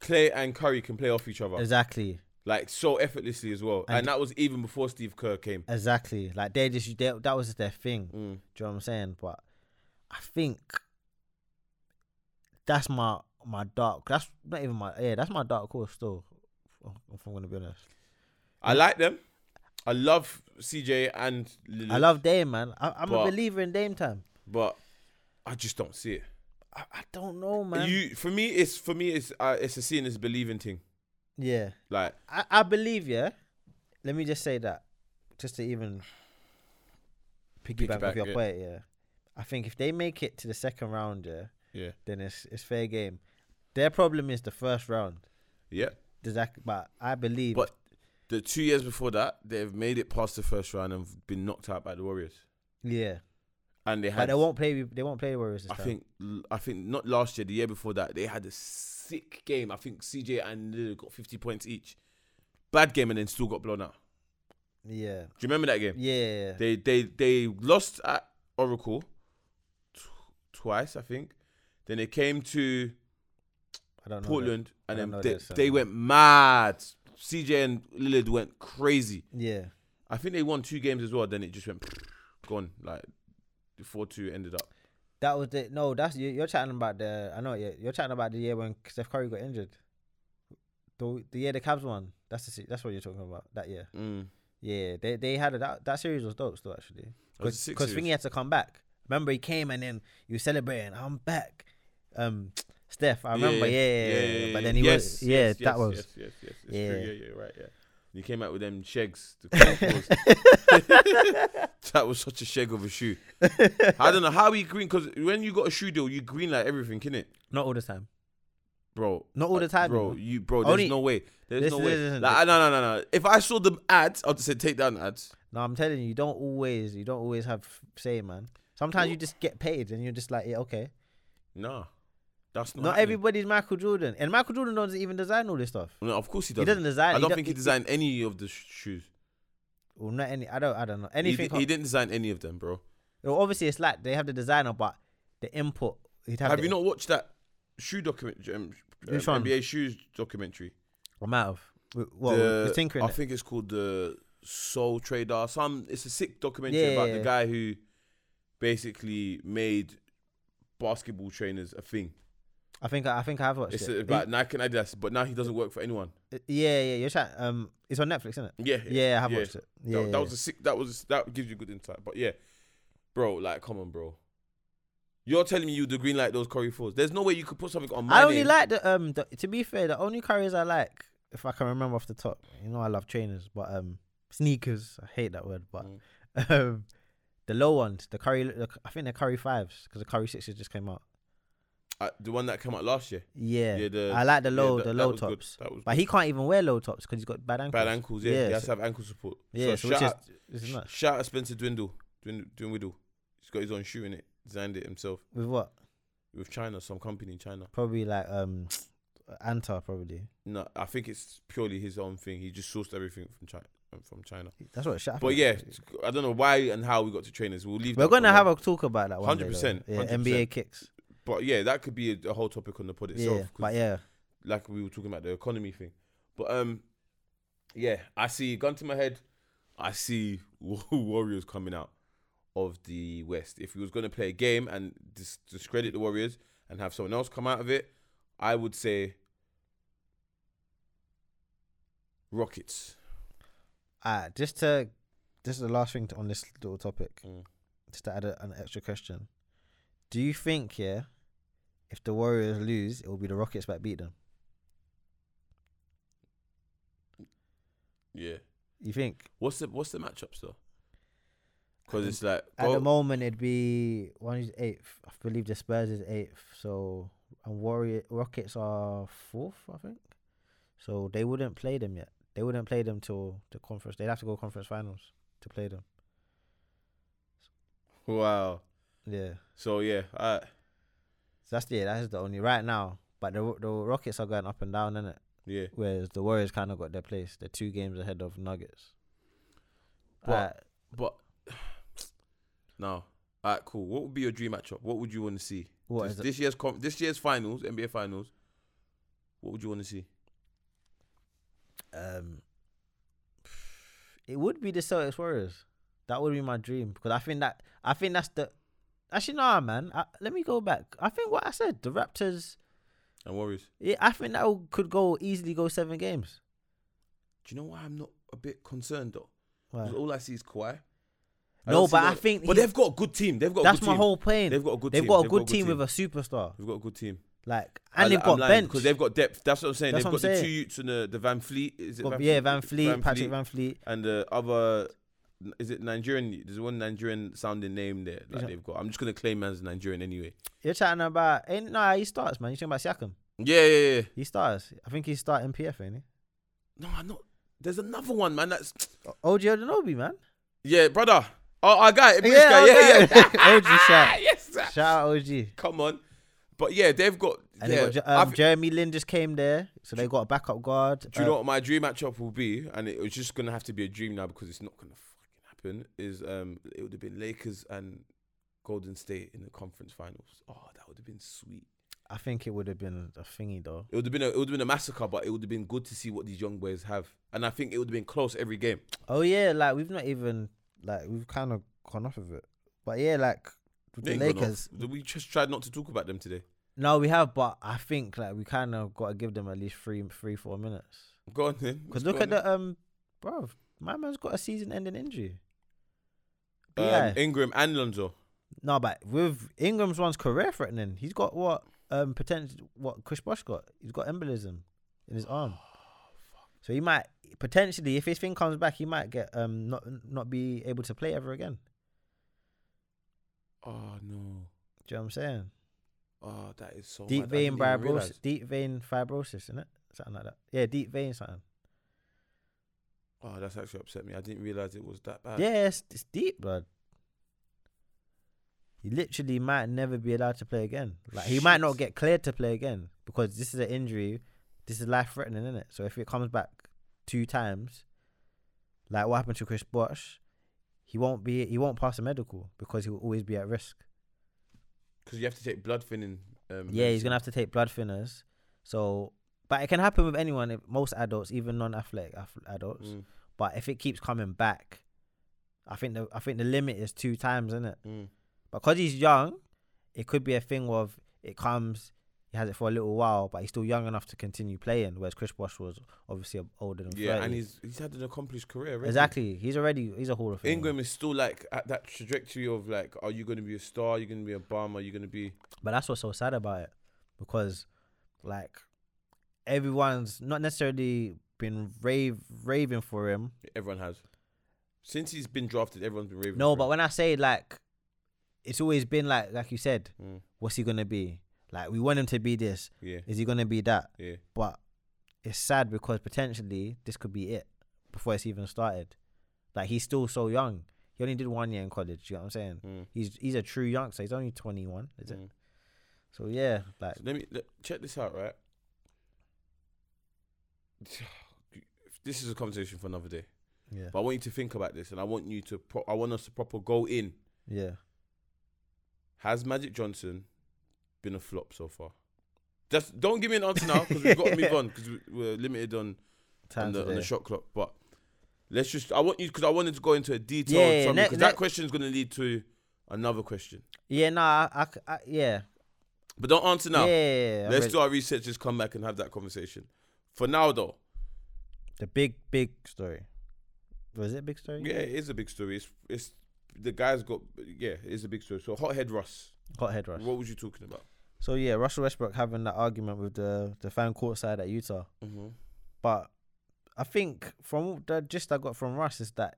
Speaker 1: Clay and Curry can play off each other,
Speaker 2: exactly,
Speaker 1: like so effortlessly as well. And,
Speaker 2: And-
Speaker 1: that was even before Steve Kerr came.
Speaker 2: exactly. Like they just they, that was their thing.
Speaker 1: Mm.
Speaker 2: Do you know what I'm saying? But I think that's my my dark. That's not even my yeah. That's my dark horse still. If I'm gonna be honest,
Speaker 1: I like them. I love CJ and Lillard,
Speaker 2: I love Dame, man. I, I'm
Speaker 1: But-
Speaker 2: a believer in Dame time.
Speaker 1: but I just don't see it.
Speaker 2: I, I don't know, man.
Speaker 1: You for me, it's for me, it's uh, it's a seeing is believing thing.
Speaker 2: yeah,
Speaker 1: Like
Speaker 2: I, I believe. Yeah, let me just say that, just to even piggyback
Speaker 1: Piggyback,
Speaker 2: off your
Speaker 1: yeah.
Speaker 2: point. Yeah, I think if they make it to the second round, yeah,
Speaker 1: Yeah.
Speaker 2: then it's it's fair game. Their problem is the first round.
Speaker 1: Yeah.
Speaker 2: Does that? But I believe.
Speaker 1: But the two years before that, they've made it past the first round and been knocked out by the Warriors.
Speaker 2: yeah.
Speaker 1: And they
Speaker 2: But
Speaker 1: had
Speaker 2: they won't play. They won't play the Warriors this
Speaker 1: I
Speaker 2: time.
Speaker 1: think I think not last year, the year before that, they had a sick game. I think CJ and Lillard got 50 points each. Bad game and then still got blown out.
Speaker 2: Yeah.
Speaker 1: Do you remember that game?
Speaker 2: Yeah.
Speaker 1: They they they lost at Oracle t- twice, I think. Then they came to
Speaker 2: I don't know.
Speaker 1: Portland
Speaker 2: I
Speaker 1: and then
Speaker 2: don't know
Speaker 1: they,
Speaker 2: this,
Speaker 1: they
Speaker 2: um,
Speaker 1: went mad. CJ and Lillard went crazy.
Speaker 2: that. Yeah.
Speaker 1: I think they won two games as well. Then it just went *sniffs* gone. Like the four two ended up.
Speaker 2: That was the no. That's you, you're chatting about the. I know. Yeah, you're chatting about the year when Steph Curry got injured. The the year the Cavs won. That's the se- that's what you're talking about. That year.
Speaker 1: Mm.
Speaker 2: Yeah, they they had it. That, that series was dope still actually.
Speaker 1: That was a sick
Speaker 2: Because
Speaker 1: series.
Speaker 2: Thingy had to come back. Remember he came and then you were celebrating. I'm back. Um, Steph, I remember. Yeah, yeah, yeah, yeah, But then he was. Yeah,
Speaker 1: yes,
Speaker 2: that
Speaker 1: yes,
Speaker 2: was.
Speaker 1: Yes, yes, yes. It's yeah. True.
Speaker 2: Yeah.
Speaker 1: yeah, yeah, right, yeah. He came out with them shags. The
Speaker 2: *laughs*
Speaker 1: cornrows. *laughs* that was such a shag of a shoe. I don't know how he green because when you got a shoe deal, you green like everything, innit?
Speaker 2: Not all the time.
Speaker 1: bro.
Speaker 2: Not all the time,
Speaker 1: bro.
Speaker 2: though.
Speaker 1: You, bro. There's
Speaker 2: Only-
Speaker 1: no way. There's
Speaker 2: This
Speaker 1: no
Speaker 2: is-
Speaker 1: way.
Speaker 2: this is-
Speaker 1: Like, I- no, no, no, no. If I saw the ads, I'd say take down the ads.
Speaker 2: No, I'm telling you, you don't always. You don't always have say, man. Sometimes you just get paid and you're just like, yeah, okay.
Speaker 1: Nah, that's not.
Speaker 2: Not
Speaker 1: happening.
Speaker 2: everybody's Michael Jordan, and Michael Jordan doesn't even design all this stuff.
Speaker 1: No, of course he
Speaker 2: He
Speaker 1: doesn't.
Speaker 2: doesn't design.
Speaker 1: I don't
Speaker 2: do-
Speaker 1: think he designed any of the sh- shoes.
Speaker 2: Well, not any. I don't. I don't know
Speaker 1: He,
Speaker 2: anything.
Speaker 1: di- he didn't design any of them, bro.
Speaker 2: Well, obviously, it's like they have the designer, but the input. He'd have
Speaker 1: Have
Speaker 2: the-
Speaker 1: you not watched that shoe document? Um, um,
Speaker 2: Which one?
Speaker 1: NBA shoes documentary.
Speaker 2: I'm out of. w- What
Speaker 1: The-
Speaker 2: the, tinkering?
Speaker 1: I
Speaker 2: it?
Speaker 1: think it's called the Soul Trader. Some it's a sick documentary
Speaker 2: Yeah,
Speaker 1: about
Speaker 2: yeah,
Speaker 1: the
Speaker 2: yeah.
Speaker 1: guy who basically made basketball trainers a thing.
Speaker 2: I think I think I have watched
Speaker 1: It's
Speaker 2: it.
Speaker 1: about Nike and Adidas, but now he doesn't work for anyone.
Speaker 2: It- yeah, yeah. You're trying. Um, it's on Netflix, isn't it?
Speaker 1: Yeah,
Speaker 2: Yeah, I have watched it. Yeah,
Speaker 1: that,
Speaker 2: yeah,
Speaker 1: that was a sick. That was that gives you good insight. But yeah, bro, like, come on, bro. You're telling me you the green light those Corey fours. There's no way you could put something on
Speaker 2: yeah.
Speaker 1: my
Speaker 2: I only
Speaker 1: name.
Speaker 2: like the um. The, to be fair, the only curries I like, if I can remember off the top, you know, I love trainers, but um, sneakers. I hate that word, but
Speaker 1: Mm.
Speaker 2: *laughs* um, the low ones, the curry. The, I think they're curry fives because the curry sixes just came out.
Speaker 1: Uh, the one that came out last year.
Speaker 2: Yeah,
Speaker 1: Yeah, the-
Speaker 2: I like the
Speaker 1: yeah,
Speaker 2: low,
Speaker 1: that-
Speaker 2: the
Speaker 1: that
Speaker 2: low
Speaker 1: was good.
Speaker 2: tops.
Speaker 1: That was
Speaker 2: But he can't even wear low tops because he's got bad ankles.
Speaker 1: Bad ankles. Yeah, he has
Speaker 2: so-
Speaker 1: to have ankle support. so
Speaker 2: yeah. So, which is,
Speaker 1: shout,
Speaker 2: this is nuts.
Speaker 1: shout out Spencer Dwindle, Dwindle, Dwindle. He's got his own shoe in it. Designed it himself
Speaker 2: With what?
Speaker 1: with China, some company in China.
Speaker 2: Probably like um, Anta probably.
Speaker 1: No, I think it's purely his own thing. He just sourced everything from China. From China.
Speaker 2: That's what. Shaq
Speaker 1: But
Speaker 2: is,
Speaker 1: yeah,
Speaker 2: actually.
Speaker 1: I don't know why and how we got to trainers. We'll leave.
Speaker 2: we're
Speaker 1: that
Speaker 2: gonna
Speaker 1: for
Speaker 2: have
Speaker 1: now.
Speaker 2: a talk about that one.
Speaker 1: 100%,
Speaker 2: Day, though. yeah,
Speaker 1: 100%.
Speaker 2: NBA kicks.
Speaker 1: But yeah, that could be a, a whole topic on the pod itself.
Speaker 2: Yeah,
Speaker 1: 'cause
Speaker 2: but yeah,
Speaker 1: Like we were talking about the economy thing. But um, yeah, I see gun to my head. I see *laughs* Warriors coming out of the West. If we was gonna play a game and dis- discredit the Warriors and have someone else come out of it, I would say Rockets.
Speaker 2: uh, just to this is the last thing to, on this little topic.
Speaker 1: Mm.
Speaker 2: Just to add a, an extra question. Do you think yeah, if the Warriors lose, it will be the Rockets that beat them?
Speaker 1: Yeah.
Speaker 2: You think?
Speaker 1: What's the what's the matchups though? Because it's like
Speaker 2: At the
Speaker 1: go-
Speaker 2: moment, it'd be one is eighth. I believe the Spurs is eighth. So and Warrior Rockets are fourth, I think. So they wouldn't play them yet. They wouldn't play them till the conference. They'd have to go conference finals to play them.
Speaker 1: wow.
Speaker 2: Yeah.
Speaker 1: So yeah, I.
Speaker 2: So that's yeah. That's the only right now. But the the Rockets are going up and down, innit?
Speaker 1: Yeah.
Speaker 2: Whereas the Warriors kind of got their place. They're two games ahead of Nuggets.
Speaker 1: But-
Speaker 2: Uh,
Speaker 1: But *sighs* no. Alright, cool. What would be your dream matchup? What would you want to see?
Speaker 2: What
Speaker 1: this,
Speaker 2: is it?
Speaker 1: this year's com- this year's finals, NBA finals. What would you want to see?
Speaker 2: Um, it would be the Celtics Warriors. That would be my dream because I think that I think that's the. Actually, nah, man. I, let me go back. I think what I said, the Raptors.
Speaker 1: And Warriors.
Speaker 2: Yeah, I think that will- could go easily go seven games.
Speaker 1: Do you know why I'm not a bit concerned though?
Speaker 2: Wow.
Speaker 1: 'Cause all I see is Kawhi. I
Speaker 2: No,
Speaker 1: don't see
Speaker 2: but I
Speaker 1: no-
Speaker 2: think
Speaker 1: But
Speaker 2: he-
Speaker 1: they've got a good team. They've got.
Speaker 2: That's
Speaker 1: a good
Speaker 2: my
Speaker 1: team.
Speaker 2: whole point.
Speaker 1: They've got a good
Speaker 2: They've
Speaker 1: team.
Speaker 2: got a
Speaker 1: They've
Speaker 2: good team with a superstar.
Speaker 1: They've got a good team.
Speaker 2: Like, and they've got bench.
Speaker 1: because they've got depth. That's what I'm saying.
Speaker 2: That's
Speaker 1: they've
Speaker 2: what
Speaker 1: got
Speaker 2: I'm
Speaker 1: the two
Speaker 2: saying.
Speaker 1: Utes and the, the Van Fleet. Is it
Speaker 2: got, yeah, Van Fleet, Patrick
Speaker 1: Fleet.
Speaker 2: Van Fleet.
Speaker 1: and the other is it Nigerian? There's one Nigerian sounding name there that
Speaker 2: Yeah.
Speaker 1: they've got. I'm just gonna claim as Nigerian anyway.
Speaker 2: You're chatting about ain't nah, he starts, man. You're talking about Siakam.
Speaker 1: Yeah, yeah, yeah.
Speaker 2: He starts. I think he start MPF, ain't
Speaker 1: No, I'm not. There's another one, man. That's
Speaker 2: he? O- OG Odenobi, man.
Speaker 1: yeah, brother. Oh, our guy, British
Speaker 2: Yeah,
Speaker 1: guy.
Speaker 2: our
Speaker 1: Yeah,
Speaker 2: guy. *laughs*
Speaker 1: *laughs* yeah.
Speaker 2: OG shout.
Speaker 1: yes, sir.
Speaker 2: Shout out OG.
Speaker 1: Come on. But yeah, they've got.
Speaker 2: And
Speaker 1: yeah,
Speaker 2: they got J-
Speaker 1: I
Speaker 2: um,
Speaker 1: thi-
Speaker 2: Jeremy Lin just came there, so they got a backup guard.
Speaker 1: do you
Speaker 2: Uh,
Speaker 1: know what my dream matchup will be? And it was just gonna have to be a dream now because it's not gonna fucking happen. Is um, it would have been Lakers and Golden State in the conference finals. Oh, that would have been sweet.
Speaker 2: I think it would have been a thingy though.
Speaker 1: It would have been a, it would have been a massacre, but it would have been good to see what these young boys have. And I think it would have been close every game.
Speaker 2: Oh yeah, like we've not even like we've kind of gone off of it, but yeah, like with
Speaker 1: They
Speaker 2: the
Speaker 1: ain't gone
Speaker 2: Lakers.
Speaker 1: off. We just tried not to talk about them today.
Speaker 2: No, we have, but I think like we kind of got to give them at least three, three, four minutes.
Speaker 1: Go on then.
Speaker 2: Because
Speaker 1: Let's
Speaker 2: look
Speaker 1: go
Speaker 2: at
Speaker 1: on
Speaker 2: the um, bro, my man's got a season-ending injury.
Speaker 1: then.
Speaker 2: yeah.
Speaker 1: Um, Ingram and Lonzo.
Speaker 2: No, but with Ingram's one's career-threatening. He's got what um potential what Chris Bosh got. He's got embolism in
Speaker 1: *sighs*
Speaker 2: his arm.
Speaker 1: Oh,
Speaker 2: So he might potentially, if his thing comes back, he might get um not not be able to play ever again.
Speaker 1: Oh no.
Speaker 2: Do you know what I'm saying?
Speaker 1: Oh, that is so
Speaker 2: deep
Speaker 1: mad. I
Speaker 2: vein
Speaker 1: didn't even
Speaker 2: fibrosis.
Speaker 1: realise.
Speaker 2: Deep vein fibrosis, isn't it? Something like that. Yeah, deep vein something.
Speaker 1: Oh, that's actually upset me. I didn't realize it was that bad.
Speaker 2: yeah, it's, it's deep, blood. He literally might never be allowed to play again. Like he might not
Speaker 1: Shit.
Speaker 2: get cleared to play again because this is an injury. This is life threatening, isn't it? So if it comes back two times, like what happened to Chris Bosch, he won't be he won't pass a medical because he will always be at risk.
Speaker 1: Because you have to take blood thinning. Um,
Speaker 2: Yeah, he's
Speaker 1: medicine.
Speaker 2: gonna have to take blood thinners. So, but it can happen with anyone, if- most adults, even non-athletic ath- adults.
Speaker 1: Mm,
Speaker 2: But if it keeps coming back, I think the I think the limit is two times, isn't it?
Speaker 1: mm.
Speaker 2: But because he's young, it could be a thing of it comes, he has it for a little while, but he's still young enough to continue playing. Whereas Chris Bosh was obviously older than
Speaker 1: Yeah,
Speaker 2: 30.
Speaker 1: and he's he's had an accomplished career. Already.
Speaker 2: exactly he's already he's a hall of famer.
Speaker 1: Ingram is still like at that trajectory of like, are you going to be a star? Are you going to be a bomb? Are you going to be?
Speaker 2: But that's what's so sad about it, because like everyone's not necessarily been rave raving for him.
Speaker 1: Everyone has. Since he's been drafted, everyone's been raving.
Speaker 2: No,
Speaker 1: for
Speaker 2: but
Speaker 1: him.
Speaker 2: when I say like, it's always been like like you said,
Speaker 1: Mm.
Speaker 2: what's he gonna be? Like we want him to be this.
Speaker 1: yeah,
Speaker 2: Is he gonna be that?
Speaker 1: yeah,
Speaker 2: But it's sad because potentially this could be it before it's even started. Like he's still so young. He only did one year in college. You know what I'm saying?
Speaker 1: mm,
Speaker 2: He's he's a true youngster. He's only 21, is it?
Speaker 1: mm.
Speaker 2: So yeah, like
Speaker 1: So let me let, check this out, right? *sighs* This is a conversation for another day,
Speaker 2: yeah,
Speaker 1: but I want you to think about this, and I want you to. Pro- I want us to proper go in.
Speaker 2: yeah.
Speaker 1: Has Magic Johnson been a flop so far? Just don't give me an answer now because we've got to move on because we're limited on on
Speaker 2: Time
Speaker 1: the, on the
Speaker 2: today.
Speaker 1: shot clock. But let's just. I want you because I wanted to go into a detail
Speaker 2: Yeah, yeah,
Speaker 1: because
Speaker 2: ne-
Speaker 1: that
Speaker 2: ne-
Speaker 1: question is going to lead to another question.
Speaker 2: Yeah, nah, I, c- I- yeah,
Speaker 1: But don't answer now.
Speaker 2: yeah. yeah, yeah, I'm
Speaker 1: let's
Speaker 2: ready.
Speaker 1: do our research. Just come back and have that conversation. For now, though,
Speaker 2: the big big story. Was it a big story?
Speaker 1: yeah, it is a big story. It's it's the guy's got yeah, it is a big story. So hothead Russ,
Speaker 2: Hothead rush.
Speaker 1: what was you talking about?
Speaker 2: So yeah, Russell Westbrook having that argument with the the fan court side at Utah,
Speaker 1: Mm-hmm.
Speaker 2: but I think from the gist I got from Russ is that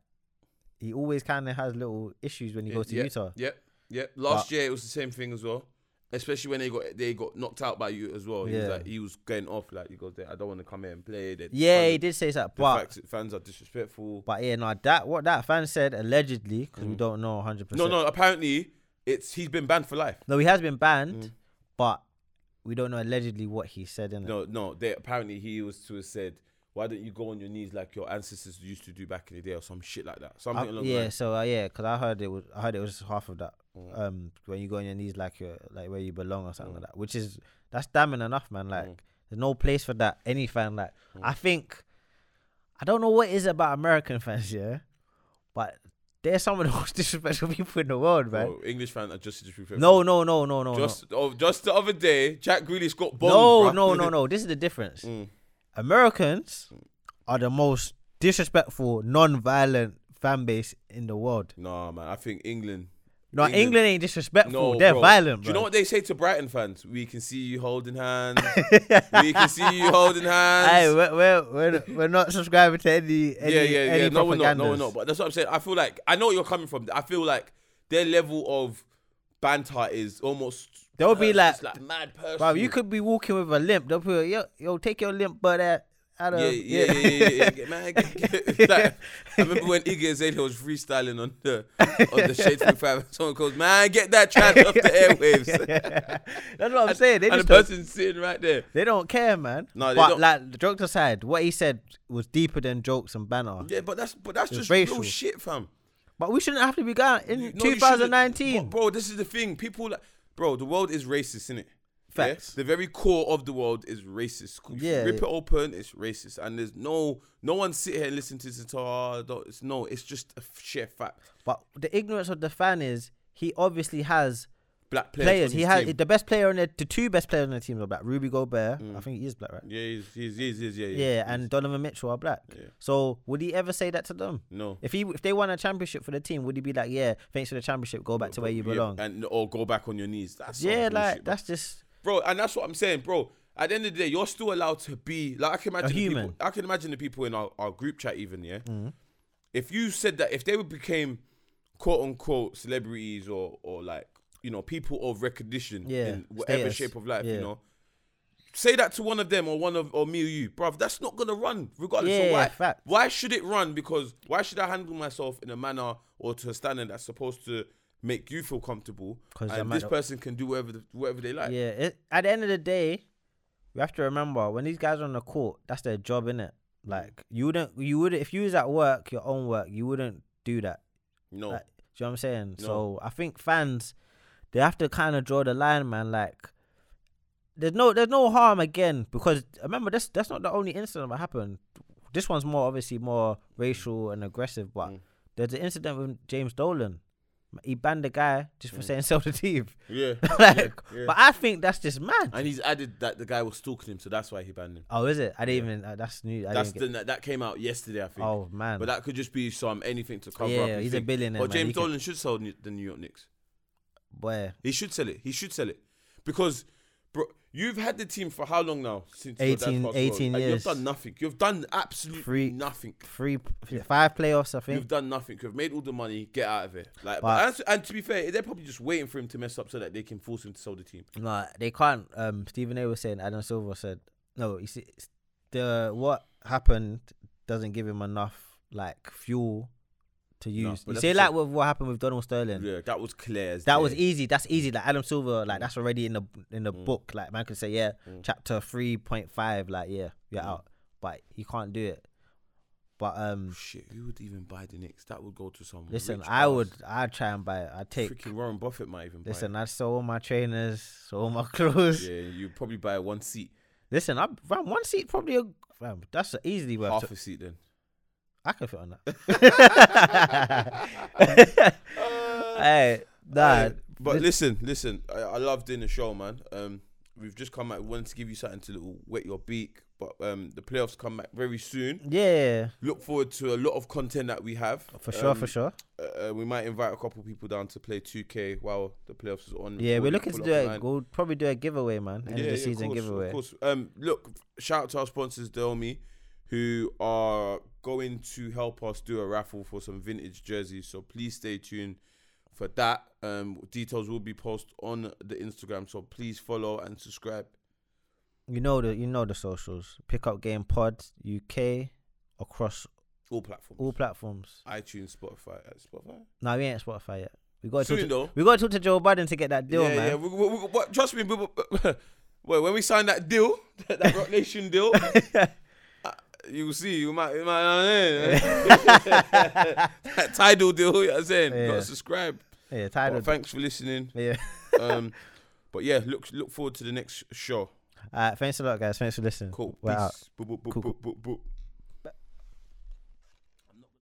Speaker 2: he always kind of has little issues when he goes to
Speaker 1: yeah,
Speaker 2: Utah.
Speaker 1: Yep, yep. Last year it was the same thing as well. Especially when they got they got knocked out by you as well. He was
Speaker 2: Yeah.
Speaker 1: like he was going off like he goes, I don't want to come here and play. They-
Speaker 2: Yeah,
Speaker 1: fans-
Speaker 2: he did say that,
Speaker 1: the
Speaker 2: but
Speaker 1: fact that fans are disrespectful.
Speaker 2: but yeah, no, that what that fan said allegedly because we don't know 100.
Speaker 1: Mm. No, no. Apparently, it's he's been banned for life.
Speaker 2: no, he has been banned,
Speaker 1: Mm.
Speaker 2: but we don't know allegedly what he said in
Speaker 1: No, no. They apparently he was to have said, "Why don't you go on your knees like your ancestors used to do back in the day, or some shit like that." Something along
Speaker 2: yeah,
Speaker 1: yeah.
Speaker 2: so uh, yeah, because I heard it was I heard it was half of that.
Speaker 1: Mm.
Speaker 2: Um, when you go on your knees like you're like where you belong or something like that, which is that's damning enough, man.
Speaker 1: Mm.
Speaker 2: Like there's no place for that. Any fan, like I think, I don't know what it is about American fans, yeah, but they're some of the *laughs* most disrespectful people in the world, man.
Speaker 1: Bro, English fans are just disrespectful.
Speaker 2: No, no, no, no, no,
Speaker 1: just oh, just the other day, Jack Grealish got
Speaker 2: no,
Speaker 1: bombed.
Speaker 2: no,
Speaker 1: bruh.
Speaker 2: no, no, no. This is the
Speaker 1: *laughs*
Speaker 2: difference.
Speaker 1: Mm.
Speaker 2: Americans are the most disrespectful, non-violent fan base in the world.
Speaker 1: Nah, man. I think England.
Speaker 2: No, England,
Speaker 1: England-
Speaker 2: ain't disrespectful.
Speaker 1: No,
Speaker 2: They're
Speaker 1: bro.
Speaker 2: violent,
Speaker 1: Do
Speaker 2: bro.
Speaker 1: you know what they say to Brighton fans? We can see you holding
Speaker 2: *laughs*
Speaker 1: hands. we can see you holding hands.
Speaker 2: Hey, we're, we're, we're, we're not subscribing to any, any
Speaker 1: yeah, yeah,
Speaker 2: any
Speaker 1: yeah. No, we're not. No, we're
Speaker 2: propagandas.
Speaker 1: not. But that's what I'm saying. I feel like I know where you're coming from. I feel like their level of banter is almost.
Speaker 2: They'll be like-
Speaker 1: it's mad person.
Speaker 2: Bro, you could be walking with a limp. They'll be like, yo, yo, take your limp butt out, out of
Speaker 1: Yeah, yeah, yeah, yeah, yeah, yeah. Man, get- get- *laughs* like, I remember when Iggy Azalea was freestyling on the on the Shades Free Five. Someone goes, "Man, get that trash off
Speaker 2: *laughs*
Speaker 1: the airwaves."
Speaker 2: *laughs* That's what I'm saying. They
Speaker 1: and the
Speaker 2: just don't,
Speaker 1: person sitting right there.
Speaker 2: they don't care, man.
Speaker 1: No, they
Speaker 2: but
Speaker 1: don't.
Speaker 2: like the jokes aside, what he said was deeper than jokes and banner.
Speaker 1: Yeah, but that's but that's
Speaker 2: It's
Speaker 1: just
Speaker 2: racial.
Speaker 1: real shit, fam.
Speaker 2: But we shouldn't have to be going in
Speaker 1: You- no, you shouldn't.
Speaker 2: 2019.
Speaker 1: Bro, bro, this is the thing. People, like, bro, the world is racist, innit? Yeah?
Speaker 2: Facts.
Speaker 1: The very core of the world is racist. If you
Speaker 2: Yeah,
Speaker 1: rip
Speaker 2: yeah.
Speaker 1: it open, it's racist, and there's no no one sit here and listen to this and oh, no, it's no, it's just a sheer fact.
Speaker 2: But the ignorance of the fan is he obviously has
Speaker 1: black players.
Speaker 2: players.
Speaker 1: on
Speaker 2: He
Speaker 1: his
Speaker 2: has
Speaker 1: team.
Speaker 2: the best player on their the two best players on their team are black. Ruby Gobert, I
Speaker 1: Mm.
Speaker 2: think he is black, right?
Speaker 1: Yeah, he's, he's, he's, he's yeah,
Speaker 2: Yeah,
Speaker 1: yeah.
Speaker 2: and Donovan Mitchell are black.
Speaker 1: Yeah.
Speaker 2: So would he ever say that to them?
Speaker 1: no.
Speaker 2: If he if they won a championship for the team, would he be like, yeah, thanks for the championship, go back to where you
Speaker 1: Yeah,
Speaker 2: belong? Yeah,
Speaker 1: and or go back on your knees. That's some
Speaker 2: like
Speaker 1: bullshit, bro.
Speaker 2: that's just
Speaker 1: bro. And that's what I'm saying, bro. At the end of the day, you're still allowed to be like I can imagine. the
Speaker 2: human. Mm-hmm.
Speaker 1: People, I can imagine the people in our, our group chat, even yeah. If you said that, if they would became quote unquote celebrities or or like you know people of recognition
Speaker 2: Yeah,
Speaker 1: in whatever
Speaker 2: status.
Speaker 1: shape of life,
Speaker 2: Yeah.
Speaker 1: you know. Say that to one of them or one of or me or you, bruv. That's not gonna run, regardless.
Speaker 2: Yeah,
Speaker 1: so why?
Speaker 2: fact.
Speaker 1: Why should it run? Because why should I handle myself in a manner or to a standard that's supposed to make you feel comfortable?
Speaker 2: 'Cause I
Speaker 1: And
Speaker 2: might
Speaker 1: this
Speaker 2: not-
Speaker 1: person can do whatever the, whatever they like.
Speaker 2: yeah. It, at the end of the day, we have to remember when these guys are on the court, that's their job, innit? Like you wouldn't you would if you was at work, your own work, you wouldn't do that.
Speaker 1: No.
Speaker 2: Like, do you know what I'm saying?
Speaker 1: No.
Speaker 2: So I think fans, they have to kind of draw the line, man. Like, there's no there's no harm again because remember this that's not the only incident that happened. This one's more obviously more racial and aggressive, but
Speaker 1: Mm.
Speaker 2: there's an incident with James Dolan. He banned the guy just for saying *laughs* sell the team. *laughs*
Speaker 1: Yeah.
Speaker 2: like,
Speaker 1: Mm. yeah.
Speaker 2: but I think that's just mad.
Speaker 1: and he's added that the guy was stalking him, so that's why he banned him.
Speaker 2: oh, is it? I didn't even. Uh, that's new. I
Speaker 1: That's
Speaker 2: didn't
Speaker 1: the, that came out yesterday, I
Speaker 2: get,
Speaker 1: think.
Speaker 2: oh man.
Speaker 1: But that could just be some anything to cover
Speaker 2: yeah,
Speaker 1: up. his
Speaker 2: he's a
Speaker 1: thing.
Speaker 2: billionaire.
Speaker 1: But
Speaker 2: man.
Speaker 1: James
Speaker 2: He could-
Speaker 1: Dolan should sell New- the New York Knicks.
Speaker 2: boy,
Speaker 1: He should sell it. He should sell it because, bro, you've had the team for how long now? Since your dad's
Speaker 2: 18
Speaker 1: passed
Speaker 2: 18
Speaker 1: away? And
Speaker 2: years.
Speaker 1: You've done nothing. You've done absolutely
Speaker 2: Freak.
Speaker 1: nothing.
Speaker 2: three, five playoffs. I think.
Speaker 1: You've done nothing. You've made all the money. Get out of it. Like,
Speaker 2: But-
Speaker 1: but, and, and to be fair, they're probably just waiting for him to mess up so that they can force him to sell the team.
Speaker 2: No, they can't. Um, Stephen A. was saying Adam Silver said no. You see, it's the what happened doesn't give him enough like fuel to
Speaker 1: No,
Speaker 2: use.
Speaker 1: but
Speaker 2: you
Speaker 1: that's
Speaker 2: see,
Speaker 1: the
Speaker 2: like
Speaker 1: thing.
Speaker 2: with what happened with Donald Sterling.
Speaker 1: Yeah, that was clear. as
Speaker 2: That
Speaker 1: day.
Speaker 2: was easy. That's easy. Like Adam Silver, like that's already in the in
Speaker 1: Mm.
Speaker 2: the book. Like man could say, yeah, chapter three point five. Like yeah,
Speaker 1: Mm.
Speaker 2: you're out. But he can't do it. But um,
Speaker 1: Shit, who would even buy the Knicks? That would go to some.
Speaker 2: listen,
Speaker 1: rich
Speaker 2: I
Speaker 1: ass.
Speaker 2: would, I'd try and buy it. I'd take.
Speaker 1: Freaking Warren Buffett might even
Speaker 2: Listen, I'd sell all my trainers, sell all my *laughs* clothes.
Speaker 1: buy. It. Yeah, you probably buy one seat,
Speaker 2: Listen, I fam, one seat probably a fam, that's a- easily worth.
Speaker 1: half
Speaker 2: T-
Speaker 1: a seat
Speaker 2: *laughs*
Speaker 1: then.
Speaker 2: I can fit on
Speaker 1: *laughs*
Speaker 2: that. *laughs* hey, nah,
Speaker 1: Yeah, but
Speaker 2: this-
Speaker 1: listen, listen, I, I love doing the show, man. Um, we've just come back. We wanted to give you something to little wet your beak, but um, the playoffs come back very soon.
Speaker 2: yeah,
Speaker 1: Look forward to a lot of content that we have
Speaker 2: Oh, for sure,
Speaker 1: Um,
Speaker 2: for sure.
Speaker 1: Uh, we might invite a couple people down to play 2K while the playoffs is on.
Speaker 2: Yeah,
Speaker 1: Pull
Speaker 2: we're
Speaker 1: it-
Speaker 2: looking to
Speaker 1: pull
Speaker 2: do
Speaker 1: it
Speaker 2: it.
Speaker 1: online.
Speaker 2: We'll probably do a giveaway, man. End of the season
Speaker 1: of course,
Speaker 2: giveaway.
Speaker 1: Of course. Um, look, shout out to our sponsors, Delmi, who are going to help us do a raffle for some vintage jerseys. So please stay tuned for that. Um, details will be posted on the Instagram. So please follow and subscribe.
Speaker 2: You know the you know the socials. Pick up game pod UK across
Speaker 1: All platforms,
Speaker 2: all platforms.
Speaker 1: iTunes, Spotify, uh, Spotify.
Speaker 2: No, we ain't Spotify yet. We got
Speaker 1: Soon
Speaker 2: to
Speaker 1: though.
Speaker 2: we got to talk to Joe Biden to get that deal,
Speaker 1: yeah, yeah.
Speaker 2: man.
Speaker 1: We, we, we, but trust me, we- *laughs* we- well, when we sign that deal, *laughs* that Rock Nation
Speaker 2: *laughs*
Speaker 1: deal, uh, you will see. You might, you might *laughs* that title deal. You know what I'm saying, you
Speaker 2: Yeah.
Speaker 1: gotta subscribe.
Speaker 2: Yeah,
Speaker 1: But
Speaker 2: title.
Speaker 1: thanks for listening.
Speaker 2: Yeah. *laughs*
Speaker 1: Um, but yeah, look look forward to the next show.
Speaker 2: All right, thanks a lot, guys. Thanks for listening.
Speaker 1: Cool.
Speaker 2: We're out.
Speaker 1: Peace. Boop, boop, boop,
Speaker 2: Cool, cool.
Speaker 1: boop, boop, boop.